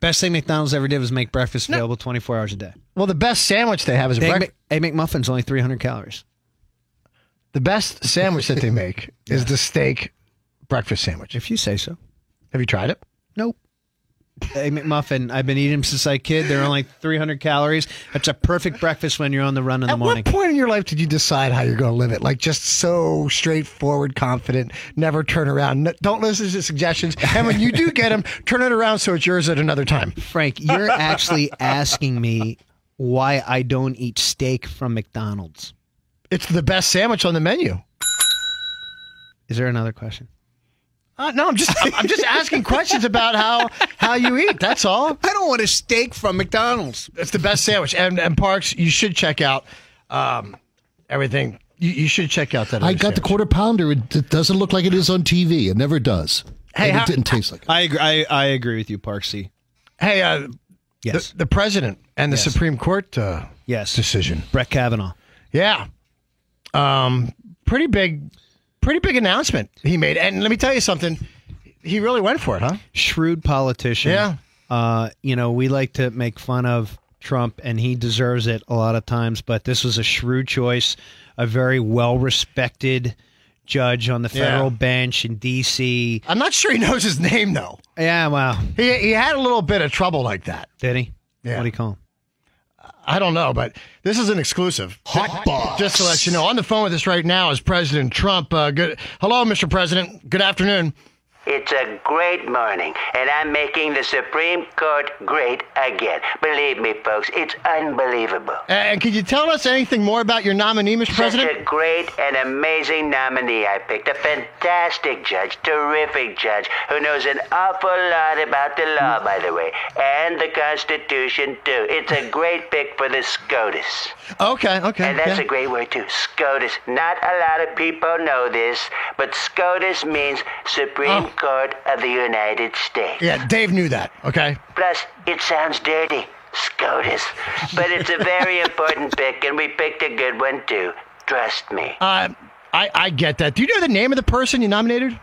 [SPEAKER 2] Best thing McDonald's ever did was make breakfast available 24 hours a day.
[SPEAKER 3] Well, the best sandwich they have is a
[SPEAKER 2] Egg,
[SPEAKER 3] breakfast.
[SPEAKER 2] Mc, Egg McMuffin's only 300 calories.
[SPEAKER 3] the best sandwich that they make is the steak breakfast sandwich.
[SPEAKER 2] If you say so.
[SPEAKER 3] Have you tried it?
[SPEAKER 2] Nope. Egg McMuffin. I've been eating them since I kid. They're only 300 calories. That's a perfect breakfast when you're on the run in the
[SPEAKER 3] At
[SPEAKER 2] morning.
[SPEAKER 3] what point in your life did you decide how you're going to live it? Like just so straightforward, confident, never turn around. N- don't listen to suggestions. And when you do get them, turn it around so it's yours at another time.
[SPEAKER 2] Frank, you're actually asking me why I don't eat steak from McDonald's.
[SPEAKER 3] It's the best sandwich on the menu.
[SPEAKER 2] Is there another question?
[SPEAKER 3] Uh, no, I'm just I'm, I'm just asking questions about how how you eat. That's all.
[SPEAKER 2] I don't want a steak from McDonald's.
[SPEAKER 3] It's the best sandwich. And and Parks, you should check out um, everything. You, you should check out that.
[SPEAKER 4] I
[SPEAKER 3] other
[SPEAKER 4] got the
[SPEAKER 3] sandwich.
[SPEAKER 4] quarter pounder. It, it doesn't look like it is on TV. It never does.
[SPEAKER 3] Hey,
[SPEAKER 4] and
[SPEAKER 3] how-
[SPEAKER 4] it didn't taste like it.
[SPEAKER 2] I agree, I, I agree with you, Parksy.
[SPEAKER 3] Hey, uh,
[SPEAKER 2] Yes.
[SPEAKER 3] the, the president and the Supreme Court uh,
[SPEAKER 2] Yes.
[SPEAKER 3] decision.
[SPEAKER 2] Brett Kavanaugh.
[SPEAKER 3] Yeah. Um, pretty big, pretty big announcement he made. And let me tell you something. He really went for it, huh?
[SPEAKER 2] Shrewd politician.
[SPEAKER 3] Yeah.
[SPEAKER 2] Uh, you know, we like to make fun of Trump, and he deserves it a lot of times, but this was a shrewd choice, a very well respected judge on the federal
[SPEAKER 3] Yeah.
[SPEAKER 2] bench in D.C.
[SPEAKER 3] I'm not sure he knows his name though.
[SPEAKER 2] Yeah, well,
[SPEAKER 3] He he had a little bit of trouble like that.
[SPEAKER 2] did he?
[SPEAKER 3] Yeah.
[SPEAKER 2] What do you call him?
[SPEAKER 3] I don't know, but this is an exclusive. Hot box. Just to let you know, on the phone with us right now is President Trump. Uh, good. Hello, Mr. President. Good afternoon.
[SPEAKER 7] It's a great morning, and I'm making the Supreme Court great again. Believe me, folks, it's unbelievable.
[SPEAKER 3] And could you tell us anything more about your nominee, Mr. President?
[SPEAKER 7] Such a great and amazing nominee I picked. A fantastic judge, terrific judge, who knows an awful lot about the law, by the way, and the Constitution, too. It's a great pick for the SCOTUS.
[SPEAKER 3] Okay, okay.
[SPEAKER 7] And that's
[SPEAKER 3] yeah.
[SPEAKER 7] a great word, too. SCOTUS. Not a lot of people know this, but SCOTUS means Supreme
[SPEAKER 3] Oh.
[SPEAKER 7] Court of the United States.
[SPEAKER 3] Yeah, Dave knew that. Okay.
[SPEAKER 7] Plus, it sounds dirty, SCOTUS. But it's a very important pick, and we picked a good one, too. Trust me.
[SPEAKER 3] Uh, I I get that. Do you know the name of the person you nominated?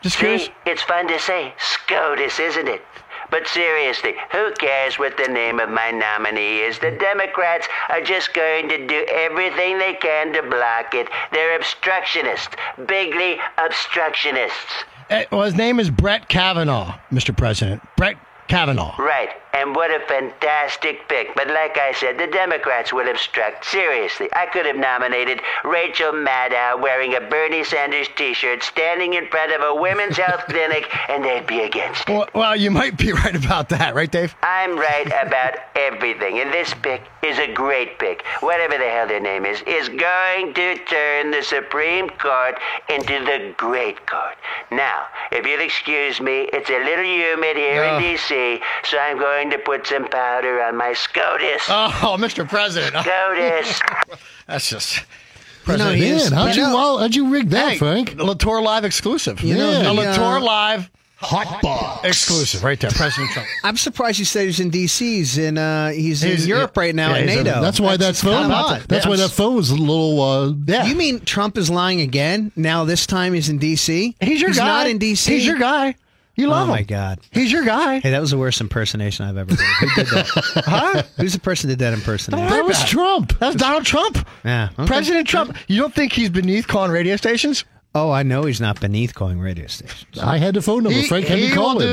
[SPEAKER 3] Just curious.
[SPEAKER 7] See, it's fun to say SCOTUS, isn't it? But seriously, who cares what the name of my nominee is? The Democrats are just going to do everything they can to block it. They're obstructionists, bigly obstructionists.
[SPEAKER 3] Uh, well, his name is Brett Kavanaugh, Mr. President. Brett Kavanaugh.
[SPEAKER 7] Right, and what a fantastic pick. But like I said, the Democrats will obstruct. Seriously, I could have nominated Rachel Maddow wearing a Bernie Sanders t shirt, standing in front of a women's health clinic, and they'd be against it.
[SPEAKER 3] Well, well, you might be right about that, right, Dave?
[SPEAKER 7] I'm right about everything, and this pick is a great pick. Whatever the hell their name is, is going to turn the Supreme Court into the Great Court. Now, if you'll excuse me, it's a little humid here in D.C., so I'm going to put some powder on my SCOTUS.
[SPEAKER 3] Oh, Mr. President. Oh,
[SPEAKER 7] SCOTUS.
[SPEAKER 3] that's just.
[SPEAKER 4] You know,
[SPEAKER 3] President
[SPEAKER 4] yeah,
[SPEAKER 3] is-
[SPEAKER 4] how'd you,
[SPEAKER 3] know-
[SPEAKER 4] well, how'd you rig that,
[SPEAKER 3] Hey,
[SPEAKER 4] Frank?
[SPEAKER 3] Latour Live exclusive.
[SPEAKER 4] You know,
[SPEAKER 3] a
[SPEAKER 4] the,
[SPEAKER 3] Latour
[SPEAKER 4] uh,
[SPEAKER 3] Live hot box exclusive, right there, President Trump.
[SPEAKER 2] I'm surprised you said he's in D.C. He's in uh, he's,
[SPEAKER 3] He's-
[SPEAKER 2] in Europe right now
[SPEAKER 3] yeah,
[SPEAKER 2] at
[SPEAKER 3] he's in-
[SPEAKER 2] NATO.
[SPEAKER 4] That's why that
[SPEAKER 2] That's
[SPEAKER 4] phone.
[SPEAKER 2] come on.
[SPEAKER 4] That's why that phone was a little. Uh,
[SPEAKER 3] Yeah.
[SPEAKER 2] You mean Trump is lying again? Now this time he's in D.C.
[SPEAKER 3] He's your guy.
[SPEAKER 2] not in D.C.
[SPEAKER 3] He's your guy. You love him.
[SPEAKER 2] Oh my God.
[SPEAKER 3] He's your guy.
[SPEAKER 2] Hey, that was the worst impersonation I've ever heard. Who did that? huh? Who's the person that did that impersonation?
[SPEAKER 4] that was
[SPEAKER 3] bad.
[SPEAKER 4] Trump.
[SPEAKER 3] That's Donald Trump.
[SPEAKER 2] Yeah, okay.
[SPEAKER 3] President Trump. You don't think he's beneath calling radio stations?
[SPEAKER 2] Oh, I know he's not beneath calling radio stations.
[SPEAKER 4] I had the phone number. Frank had me
[SPEAKER 3] he
[SPEAKER 4] call
[SPEAKER 3] will
[SPEAKER 4] him.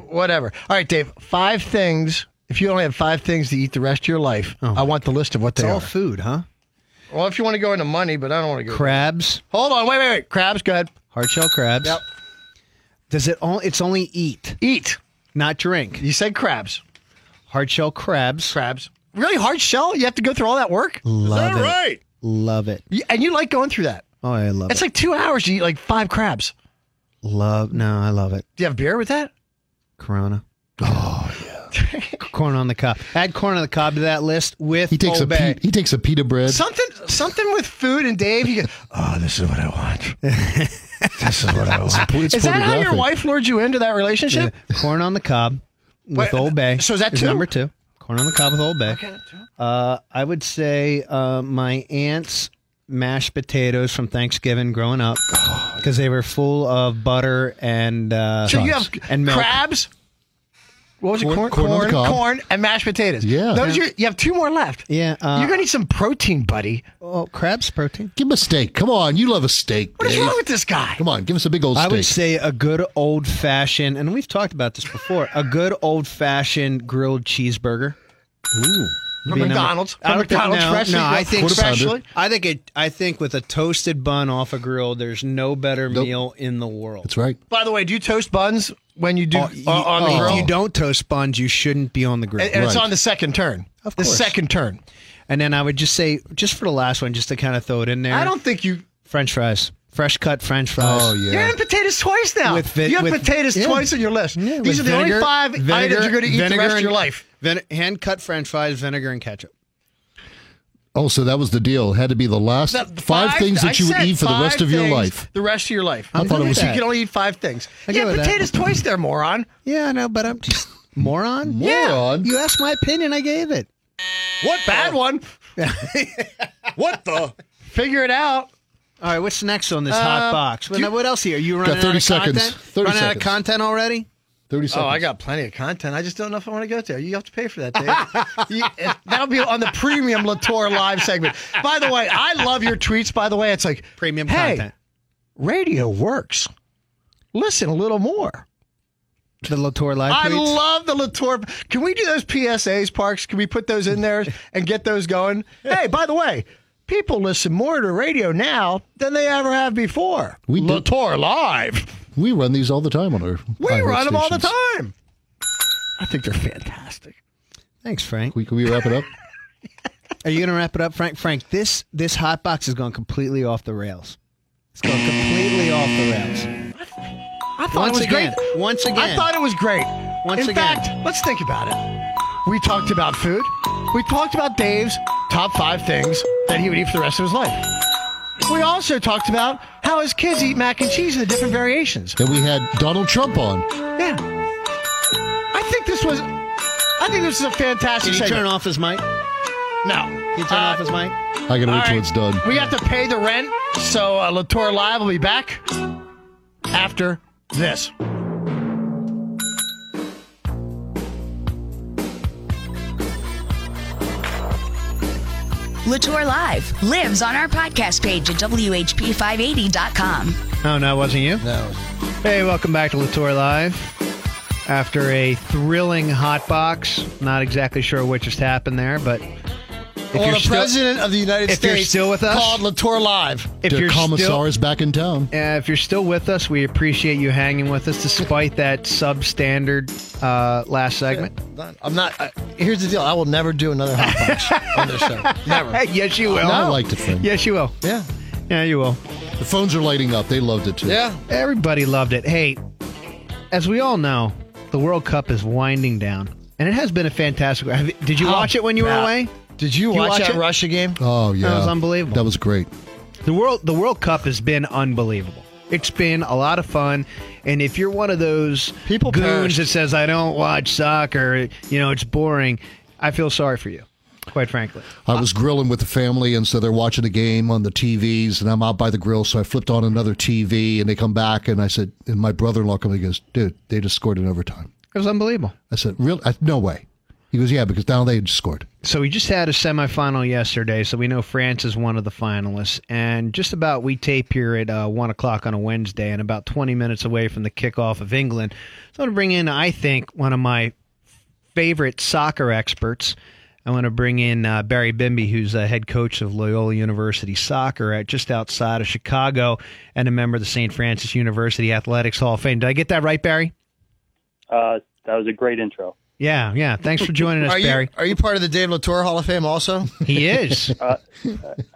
[SPEAKER 3] do whatever. All right, Dave. Five things. If you only have five things to eat the rest of your life, I want the list of what
[SPEAKER 2] It's
[SPEAKER 3] they
[SPEAKER 2] all
[SPEAKER 3] are.
[SPEAKER 2] food, huh?
[SPEAKER 3] Well, if you want to go into money, but I don't want to go.
[SPEAKER 2] Crabs,
[SPEAKER 3] Hold on. Wait, wait, wait. Crabs. Go ahead.
[SPEAKER 2] hard shell crabs.
[SPEAKER 3] Yep.
[SPEAKER 2] Does it all? It's only eat,
[SPEAKER 3] Eat.
[SPEAKER 2] not drink.
[SPEAKER 3] You said crabs.
[SPEAKER 2] Hard shell crabs.
[SPEAKER 3] Crabs. Really hard shell. You have to go through all that work.
[SPEAKER 2] Love it.
[SPEAKER 3] right?
[SPEAKER 2] Love it.
[SPEAKER 3] You- And you like going through that.
[SPEAKER 2] Oh, I love
[SPEAKER 3] It's
[SPEAKER 2] it.
[SPEAKER 3] like two hours to eat like five crabs.
[SPEAKER 2] love. No, I love it.
[SPEAKER 3] Do you have beer with that?
[SPEAKER 2] Corona. Oh yeah. corn on the cob. Add corn on the cob to that list with
[SPEAKER 4] He takes a
[SPEAKER 2] Obey.
[SPEAKER 4] pe- he takes a pita bread.
[SPEAKER 3] Something, something with food and Dave. You go, oh, this is what I want. this is what I want.
[SPEAKER 4] It's
[SPEAKER 3] Is that how your
[SPEAKER 4] pornographic.
[SPEAKER 3] wife lured you into that relationship?
[SPEAKER 2] corn on the cob with
[SPEAKER 3] Wait,
[SPEAKER 2] Old Bay.
[SPEAKER 3] so is that two?
[SPEAKER 2] number two? Corn on the cob with Old Bay. Uh, I would say uh, my aunt's mashed potatoes from Thanksgiving growing up because they were full of butter and uh,
[SPEAKER 3] So you have
[SPEAKER 2] and milk.
[SPEAKER 3] crabs. What was it?
[SPEAKER 4] Corn-
[SPEAKER 3] Corn,
[SPEAKER 4] corn on
[SPEAKER 3] corn,
[SPEAKER 4] the cob.
[SPEAKER 3] corn, and mashed potatoes.
[SPEAKER 4] Yeah.
[SPEAKER 3] those Are, you have two more left.
[SPEAKER 2] Yeah, uh,
[SPEAKER 3] you're gonna need some protein, buddy.
[SPEAKER 2] Oh, crabs protein.
[SPEAKER 4] Give him a steak. Come on, you love a steak.
[SPEAKER 3] What is
[SPEAKER 4] Dave.
[SPEAKER 3] wrong with this guy?
[SPEAKER 4] Come on, give us a big old
[SPEAKER 2] I
[SPEAKER 4] steak.
[SPEAKER 2] would say a good old fashioned, and we've talked about this before. A good old fashioned grilled cheeseburger.
[SPEAKER 3] From
[SPEAKER 2] be number-
[SPEAKER 3] McDonald's,
[SPEAKER 2] I
[SPEAKER 3] from
[SPEAKER 2] don't think-
[SPEAKER 3] McDonald's,
[SPEAKER 2] no,
[SPEAKER 3] freshly
[SPEAKER 2] no, I think-
[SPEAKER 3] grilled, freshly.
[SPEAKER 2] I think it. I think with a toasted bun off a grill, there's no better meal in the world.
[SPEAKER 4] That's right.
[SPEAKER 3] By the way, do you toast buns when you do
[SPEAKER 4] Oh,
[SPEAKER 3] on Uh, on the
[SPEAKER 2] if
[SPEAKER 3] grill?
[SPEAKER 2] you don't toast buns, you shouldn't be on the grill.
[SPEAKER 3] and, and it's
[SPEAKER 4] Right.
[SPEAKER 3] on the second turn.
[SPEAKER 2] Of
[SPEAKER 3] The
[SPEAKER 2] course.
[SPEAKER 3] second turn.
[SPEAKER 2] And then I would just say, just for the last one, just to kind of throw it in there.
[SPEAKER 3] I don't think you.
[SPEAKER 2] French fries, fresh cut French fries.
[SPEAKER 4] Oh
[SPEAKER 3] You're
[SPEAKER 4] yeah.
[SPEAKER 3] in potatoes twice now.
[SPEAKER 2] With vi-
[SPEAKER 3] you have
[SPEAKER 2] with-
[SPEAKER 3] potatoes
[SPEAKER 2] yeah.
[SPEAKER 3] twice on your list.
[SPEAKER 2] Yeah,
[SPEAKER 3] These
[SPEAKER 2] with
[SPEAKER 3] are the
[SPEAKER 2] vinegar-
[SPEAKER 3] only five
[SPEAKER 2] vinegar-
[SPEAKER 3] items you're going to eat the
[SPEAKER 2] vinegar
[SPEAKER 3] rest of
[SPEAKER 2] and-
[SPEAKER 3] your life.
[SPEAKER 2] Vin- hand cut French fries, vinegar and ketchup.
[SPEAKER 4] Oh, so that was the deal. It had to be the last
[SPEAKER 3] The
[SPEAKER 4] five, things
[SPEAKER 3] I
[SPEAKER 4] that you would
[SPEAKER 3] said
[SPEAKER 4] eat for the
[SPEAKER 3] five
[SPEAKER 4] rest of your
[SPEAKER 3] things
[SPEAKER 4] life.
[SPEAKER 3] The rest of your life.
[SPEAKER 2] I'm
[SPEAKER 4] thought it
[SPEAKER 2] good
[SPEAKER 4] was-
[SPEAKER 2] with
[SPEAKER 3] you
[SPEAKER 2] that.
[SPEAKER 3] can only eat five things.
[SPEAKER 2] I go
[SPEAKER 3] yeah,
[SPEAKER 2] with that.
[SPEAKER 3] potatoes twice there, moron.
[SPEAKER 2] Yeah, I know, but I'm just moron.
[SPEAKER 4] Moron.
[SPEAKER 2] You asked my opinion, I gave it.
[SPEAKER 3] What bad one?
[SPEAKER 4] What the?
[SPEAKER 3] Figure it out.
[SPEAKER 2] All right, what's next on this
[SPEAKER 4] Uh,
[SPEAKER 2] hot box? What, what else here? You running
[SPEAKER 4] 30
[SPEAKER 2] out of
[SPEAKER 4] seconds.
[SPEAKER 2] content?
[SPEAKER 4] 30
[SPEAKER 2] running out of
[SPEAKER 4] seconds.
[SPEAKER 2] content already?
[SPEAKER 4] Thirty seconds.
[SPEAKER 3] Oh, I got plenty of content. I just don't know if I want to go there. You have to pay for that, Dave. You- it- that'll be on the premium Latour live segment. By the way, I love your tweets. By the way, it's like
[SPEAKER 2] Premium
[SPEAKER 3] hey,
[SPEAKER 2] content.
[SPEAKER 3] Radio works. Listen a little more.
[SPEAKER 2] The Latour Live
[SPEAKER 3] I
[SPEAKER 2] tweets?
[SPEAKER 3] love the Latour. Can we do those PSAs, Parks? Can we put those in there and get those going? Hey, by the way, people listen more to radio now than they ever have before.
[SPEAKER 4] We do.
[SPEAKER 3] Latour live.
[SPEAKER 4] We run these all the time on our.
[SPEAKER 3] We
[SPEAKER 4] iHeart
[SPEAKER 3] run them all the
[SPEAKER 4] stations.
[SPEAKER 3] time. I think they're fantastic.
[SPEAKER 8] Thanks, Frank.
[SPEAKER 4] We, can we wrap it up?
[SPEAKER 8] Are you going to wrap it up, Frank? Frank, this this hot box has gone completely off the rails. It's gone completely off the rails.
[SPEAKER 3] I thought
[SPEAKER 8] Once
[SPEAKER 3] it was
[SPEAKER 8] again,
[SPEAKER 3] great.
[SPEAKER 8] once again,
[SPEAKER 3] I thought it was great.
[SPEAKER 8] Once
[SPEAKER 3] In
[SPEAKER 8] again.
[SPEAKER 3] fact, let's think about it. We talked about food. We talked about Dave's top five things that he would eat for the rest of his life. We also talked about how his kids eat mac and cheese in the different variations.
[SPEAKER 4] And we had Donald Trump on.
[SPEAKER 3] Yeah. I think this was. I think this is a fantastic
[SPEAKER 8] did he turn
[SPEAKER 3] segment. uh,
[SPEAKER 8] off his mic? Did
[SPEAKER 3] No.
[SPEAKER 8] he turn off his mic?
[SPEAKER 4] I gotta wait till it's done.
[SPEAKER 3] We have to pay the rent, so uh, Latour Live will be back after this.
[SPEAKER 1] Latour Live lives on our podcast page at WHP580.com.
[SPEAKER 2] Oh, no, it wasn't you?
[SPEAKER 3] No.
[SPEAKER 2] Hey, welcome back to Latour Live. After a thrilling hot box, not exactly sure what just happened there, but if
[SPEAKER 3] Well,
[SPEAKER 2] you're
[SPEAKER 3] the
[SPEAKER 2] still,
[SPEAKER 3] president of the United
[SPEAKER 2] if you're
[SPEAKER 3] States
[SPEAKER 2] still with us-
[SPEAKER 3] called Latour Live.
[SPEAKER 2] if
[SPEAKER 4] Their
[SPEAKER 2] you're
[SPEAKER 4] commissar
[SPEAKER 2] still,
[SPEAKER 4] is back in town.
[SPEAKER 2] uh, if you're still with us, we appreciate you hanging with us despite that substandard uh, last segment.
[SPEAKER 3] I'm not. I, here's the deal. I will never do another hot box on this show. Never.
[SPEAKER 2] Hey, yes, you will.
[SPEAKER 4] I liked it, Frank.
[SPEAKER 2] Yes, you will.
[SPEAKER 3] Yeah.
[SPEAKER 2] Yeah, you will.
[SPEAKER 4] The phones are lighting up. They loved it too.
[SPEAKER 3] Yeah.
[SPEAKER 2] Everybody loved it. Hey, as we all know, the World Cup is winding down, and it has been a fantastic. have- Did you
[SPEAKER 3] How
[SPEAKER 2] watch it when you were
[SPEAKER 3] about-
[SPEAKER 2] away?
[SPEAKER 3] Did you,
[SPEAKER 2] Did
[SPEAKER 3] watch,
[SPEAKER 2] watch
[SPEAKER 3] that
[SPEAKER 2] it?
[SPEAKER 3] Russia game?
[SPEAKER 4] Oh yeah.
[SPEAKER 2] That was unbelievable.
[SPEAKER 4] That was great.
[SPEAKER 2] The world the World Cup has been unbelievable. It's been a lot of fun, and if you're one of those
[SPEAKER 3] People
[SPEAKER 2] goons
[SPEAKER 3] perished.
[SPEAKER 2] that says I don't watch soccer, you know it's boring, I feel sorry for you, quite frankly.
[SPEAKER 4] I was grilling with the family, and so they're watching a game on the TVs, and I'm out by the grill. So I flipped on another TV, and they come back, and I said, and my brother-in-law comes and goes, "Dude, they just scored in overtime."
[SPEAKER 2] It was unbelievable.
[SPEAKER 4] I said, "Real? I, no way." He goes, "Yeah, because now they had just scored."
[SPEAKER 2] So we just had a semifinal yesterday, so we know France is one of the finalists. And just about we tape here at uh, one o'clock on a Wednesday, and about twenty minutes away from the kickoff of England. So I'm going to bring in, I think, one of my favorite soccer experts. I want to bring in uh, Barry Bimby, who's a head coach of Loyola University Soccer at just outside of Chicago, and a member of the St. Francis University Athletics Hall of Fame. Did I get that right, Barry?
[SPEAKER 9] Uh, that was a great intro.
[SPEAKER 2] Yeah, yeah. Thanks for joining us,
[SPEAKER 3] Are you,
[SPEAKER 2] Barry.
[SPEAKER 3] are you part of the Dave Latour Hall of Fame also?
[SPEAKER 2] He is.
[SPEAKER 9] I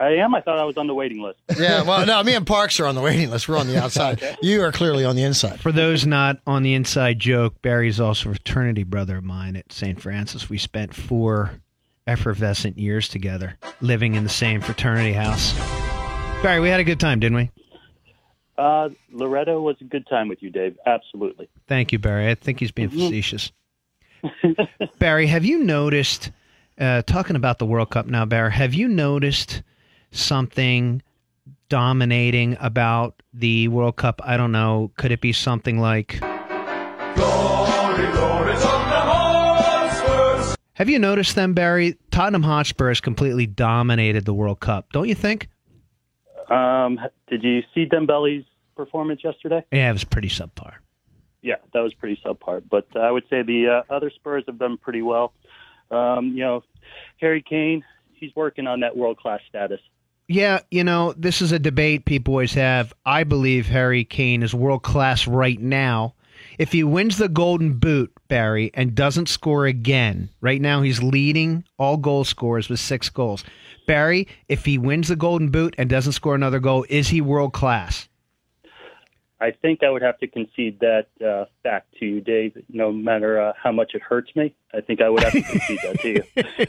[SPEAKER 9] am. I thought I was on the waiting list.
[SPEAKER 3] yeah. Well, no, me and Parks are on the waiting list. We're on the outside. You are clearly on the inside.
[SPEAKER 2] For those not on the inside joke, Barry's also a fraternity brother of mine at St. Francis. We spent four effervescent years together living in the same fraternity house. Barry, we had a good time, didn't we?
[SPEAKER 9] Uh, Loretta was a good time with you, Dave. Absolutely.
[SPEAKER 2] Thank you, Barry. I think he's being facetious. Barry, have you noticed, uh, talking about the World Cup now, Barry, have you noticed something dominating about the World Cup? I don't know. Could it be something like. Have you noticed them, Barry? Tottenham Hotspur has completely dominated the World Cup, don't you think?
[SPEAKER 9] Um, did you see Dembele's performance yesterday?
[SPEAKER 2] Yeah, it was pretty subpar.
[SPEAKER 9] Yeah, that was pretty subpar. But I would say the uh, other Spurs have done pretty well. Um, you know, Harry Kane, he's working on that world class status.
[SPEAKER 2] Yeah, you know, this is a debate people always have. I believe Harry Kane is world class right now. If he wins the Golden Boot, Barry, and doesn't score again, right now he's leading all goal scorers with six goals. Barry, if he wins the Golden Boot and doesn't score another goal, is he world class?
[SPEAKER 9] I think I would have to concede that uh, fact to you, Dave. No matter uh, how much it hurts me, I think I would have to concede that to you.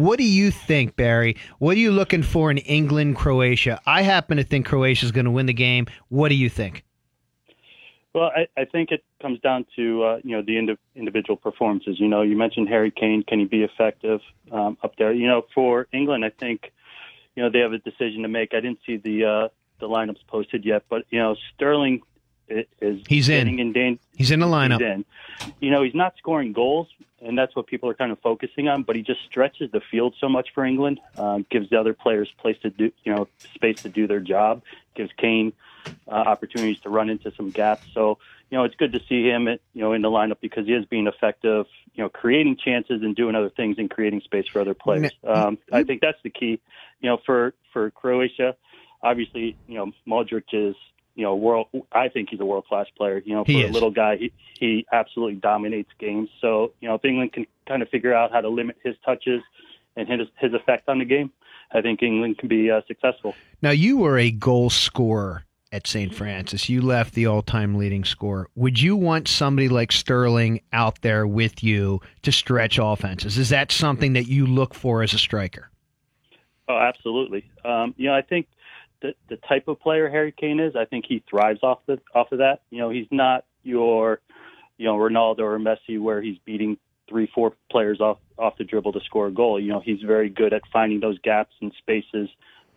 [SPEAKER 2] what do you think, Barry? What are you looking for in England, Croatia? I happen to think Croatia's going to win the game. What do you think?
[SPEAKER 9] Well, I, I think it comes down to uh, you know the indi- individual performances. You know, you mentioned Harry Kane. Can he be effective um, up there? You know, for England, I think you know they have a decision to make. I didn't see the uh, the lineups posted yet, but you know Sterling i- is
[SPEAKER 2] He's in.
[SPEAKER 9] getting in dan-
[SPEAKER 2] He's in the lineup.
[SPEAKER 9] he's in. You know, he's not scoring goals, and that's what people are kind of focusing on. But he just stretches the field so much for England, um, gives the other players place to do, you know, space to do their job, gives Kane uh, opportunities to run into some gaps. So, you know, it's good to see him, at, you know, in the lineup because he is being effective, you know, creating chances and doing other things and creating space for other players. Um, I think that's the key, you know, for, for Croatia. Obviously, you know, Modric is, you know, world, I think he's a world class player. You know, for
[SPEAKER 2] He
[SPEAKER 9] a
[SPEAKER 2] is.
[SPEAKER 9] little guy, he, he absolutely dominates games. So, you know, if England can kind of figure out how to limit his touches and his, his effect on the game, I think England can be uh, successful.
[SPEAKER 2] Now you were a goal scorer at St. Francis. You left the all-time leading scorer. Would you want somebody like Sterling out there with you to stretch offenses? Is that something that you look for as a striker?
[SPEAKER 9] Oh, absolutely. Um, you know, I think the the type of player Harry Kane is, I think he thrives off the off of that. You know, he's not your you know Ronaldo or Messi where he's beating three four players off off the dribble to score a goal. You know, he's very good at finding those gaps and spaces.